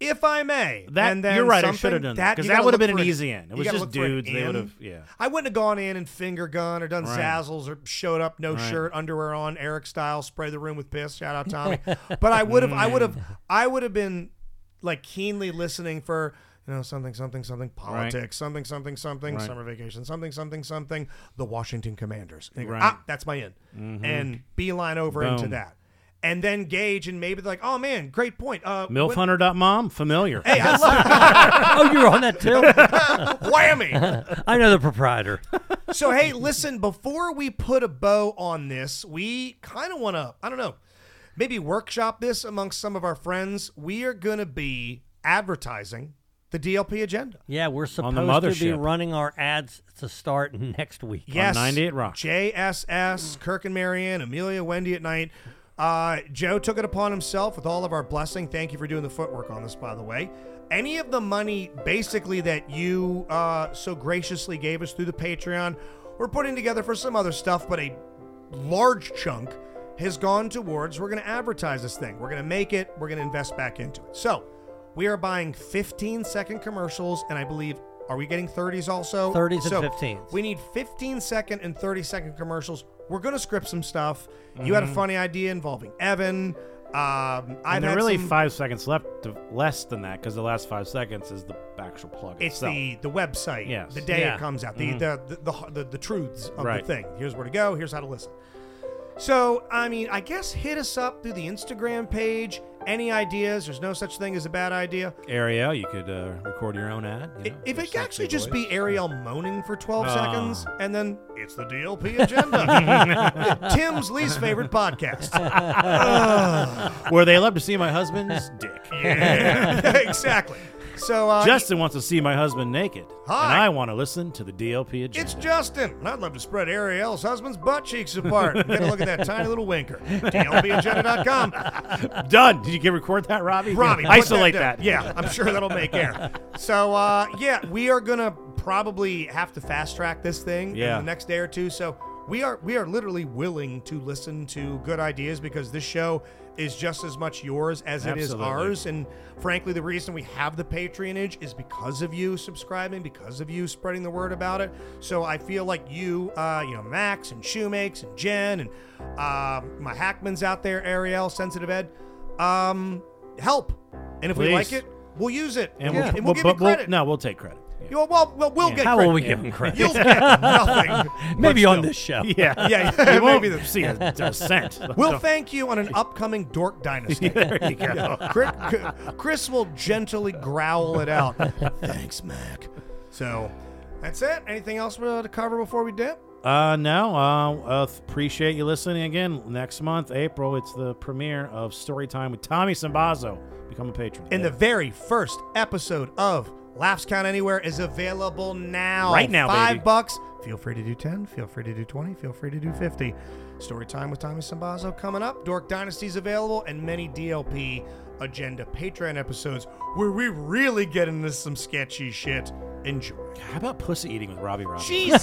Speaker 6: If I may.
Speaker 5: That-
Speaker 6: and then
Speaker 5: you're right, I
Speaker 6: something,
Speaker 5: shoulda done that, 'cause
Speaker 6: you
Speaker 5: that
Speaker 6: gotta
Speaker 5: would've
Speaker 6: look
Speaker 5: been
Speaker 6: for
Speaker 5: an
Speaker 6: an-
Speaker 5: easy in. It
Speaker 6: you
Speaker 5: was
Speaker 6: gotta
Speaker 5: just
Speaker 6: look for an
Speaker 5: dudes, they
Speaker 6: in.
Speaker 5: would've- yeah.
Speaker 6: I wouldn't have gone in and finger gun or done
Speaker 5: Right.
Speaker 6: zazzles or showed up no shirt, underwear on, Eric style, spray the room with piss. Shout out Tommy. but I would have. I would have. I would have been like keenly listening for. You know, something, something, something, politics, something, something, something, summer vacation, something, something, something, the Washington Commanders. And you go,
Speaker 5: Right. Mm-hmm.
Speaker 6: Ah, that's my in. And beeline over into
Speaker 5: Boom.
Speaker 6: that. And then gauge and maybe like, oh man, great point. Uh, what-
Speaker 5: milfhunter.mom familiar.
Speaker 6: Hey, I love
Speaker 7: oh, you were on that too.
Speaker 6: whammy.
Speaker 7: I know the proprietor.
Speaker 6: So hey, listen, before we put a bow on this, we kind of want to, I don't know, maybe workshop this amongst some of our friends. We are going to be advertising the DLP agenda.
Speaker 7: Yeah, we're
Speaker 5: On
Speaker 7: supposed
Speaker 5: the
Speaker 7: to be
Speaker 5: mothership.
Speaker 7: running our ads to start next week.
Speaker 6: Yes.
Speaker 5: 98 Rock.
Speaker 6: JSS, Kirk and Marianne, Amelia, Wendy at night. Uh, Joe took it upon himself with all of our blessing. Thank you for doing the footwork on this, by the way. Any of the money, basically, that you uh, so graciously gave us through the Patreon, we're putting together for some other stuff, but a large chunk has gone towards we're going to advertise this thing. We're going to make it, we're going to invest back into it. So we are buying 15 second commercials, and I believe, are we getting 30s also?
Speaker 7: 30s and
Speaker 6: So
Speaker 7: 15s.
Speaker 6: we need 15 second and 30 second commercials. We're going to script some stuff. You had a funny idea involving Evan. Um, I've
Speaker 5: Mm-hmm. and there are
Speaker 6: had
Speaker 5: really
Speaker 6: some-
Speaker 5: five seconds left, to, less than that, because the last five seconds is the actual plug
Speaker 6: It's
Speaker 5: itself.
Speaker 6: the the website.
Speaker 5: Yes. Mm-hmm.
Speaker 6: The day
Speaker 7: Yeah.
Speaker 6: it comes out. The, the, the, the the the truths of
Speaker 5: Right.
Speaker 6: the thing. Here's where to go. Here's how to listen. So I mean, I guess hit us up through the Instagram page. Any ideas? There's no such thing as a bad idea.
Speaker 5: area. You could uh, record your own ad. you know,
Speaker 6: if
Speaker 5: your
Speaker 6: it could actually
Speaker 5: sexy
Speaker 6: just
Speaker 5: voice.
Speaker 6: be Ariel moaning for 12
Speaker 5: Ah.
Speaker 6: seconds and then it's the DLP agenda. Tim's least favorite podcast.
Speaker 5: where they love to see my husband's dick.
Speaker 6: Yeah, exactly. So uh,
Speaker 5: Justin wants to see my husband naked, and
Speaker 6: Hi.
Speaker 5: I want to listen to the DLP agenda.
Speaker 6: it's Justin. And I'd love to spread Ariel's husband's butt cheeks apart. Get a look at that tiny little winker. DLPagenda.com.
Speaker 5: done. Did you get record that, Robbie?
Speaker 6: Robbie, put
Speaker 5: isolate
Speaker 6: down.
Speaker 5: that.
Speaker 6: Yeah, I'm sure that'll make air. So uh, yeah, we are gonna probably have to fast track this thing
Speaker 5: Yeah.
Speaker 6: in the next day or two. So we are we are literally willing to listen to good ideas because this show is just as much yours as it is
Speaker 5: Absolutely.
Speaker 6: ours. And frankly, the reason we have the patronage is because of you subscribing, because of you spreading the word about it. So I feel like you, uh, you know, Max and Shoemakes and Jen and uh, my Hackman's out there, Ariel, Sensitive Ed, um, help. And if we
Speaker 5: Please.
Speaker 6: like it, we'll use it,
Speaker 5: And
Speaker 6: and, we'll,
Speaker 5: we'll,
Speaker 6: and we'll give you
Speaker 5: but we'll-
Speaker 6: credit.
Speaker 5: no, we'll take credit.
Speaker 6: You know, well, well, we'll get
Speaker 7: How
Speaker 6: credit.
Speaker 7: will we give him credit?
Speaker 6: You'll get nothing.
Speaker 7: Maybe
Speaker 6: but
Speaker 7: on
Speaker 6: still.
Speaker 7: this show.
Speaker 5: Yeah,
Speaker 6: Yeah,
Speaker 5: You won't
Speaker 6: maybe the-
Speaker 5: see a, a cent.
Speaker 6: We'll thank you on an upcoming Dork Dynasty.
Speaker 5: there you go.
Speaker 6: Chris, Chris will gently growl it out. Thanks, Mac. So that's it. Anything else we to cover before we dip?
Speaker 5: Uh, no, uh, uh, th- appreciate you listening again. Next month, April, it's the premiere of Storytime with Tommy Sambazo. Become a patron.
Speaker 6: And the very first episode of Laughs Count Anywhere is available now.
Speaker 5: Right now,
Speaker 6: Five
Speaker 5: baby.
Speaker 6: bucks. Feel free to do 10. Feel free to do 20. Feel free to do 50. Story time with Tommy Sambazo coming up. Dork Dynasty's available and many DLP agenda Patreon episodes where we really get into some sketchy shit. Enjoy.
Speaker 5: How about pussy eating with Robbie Robbie?
Speaker 6: Jesus.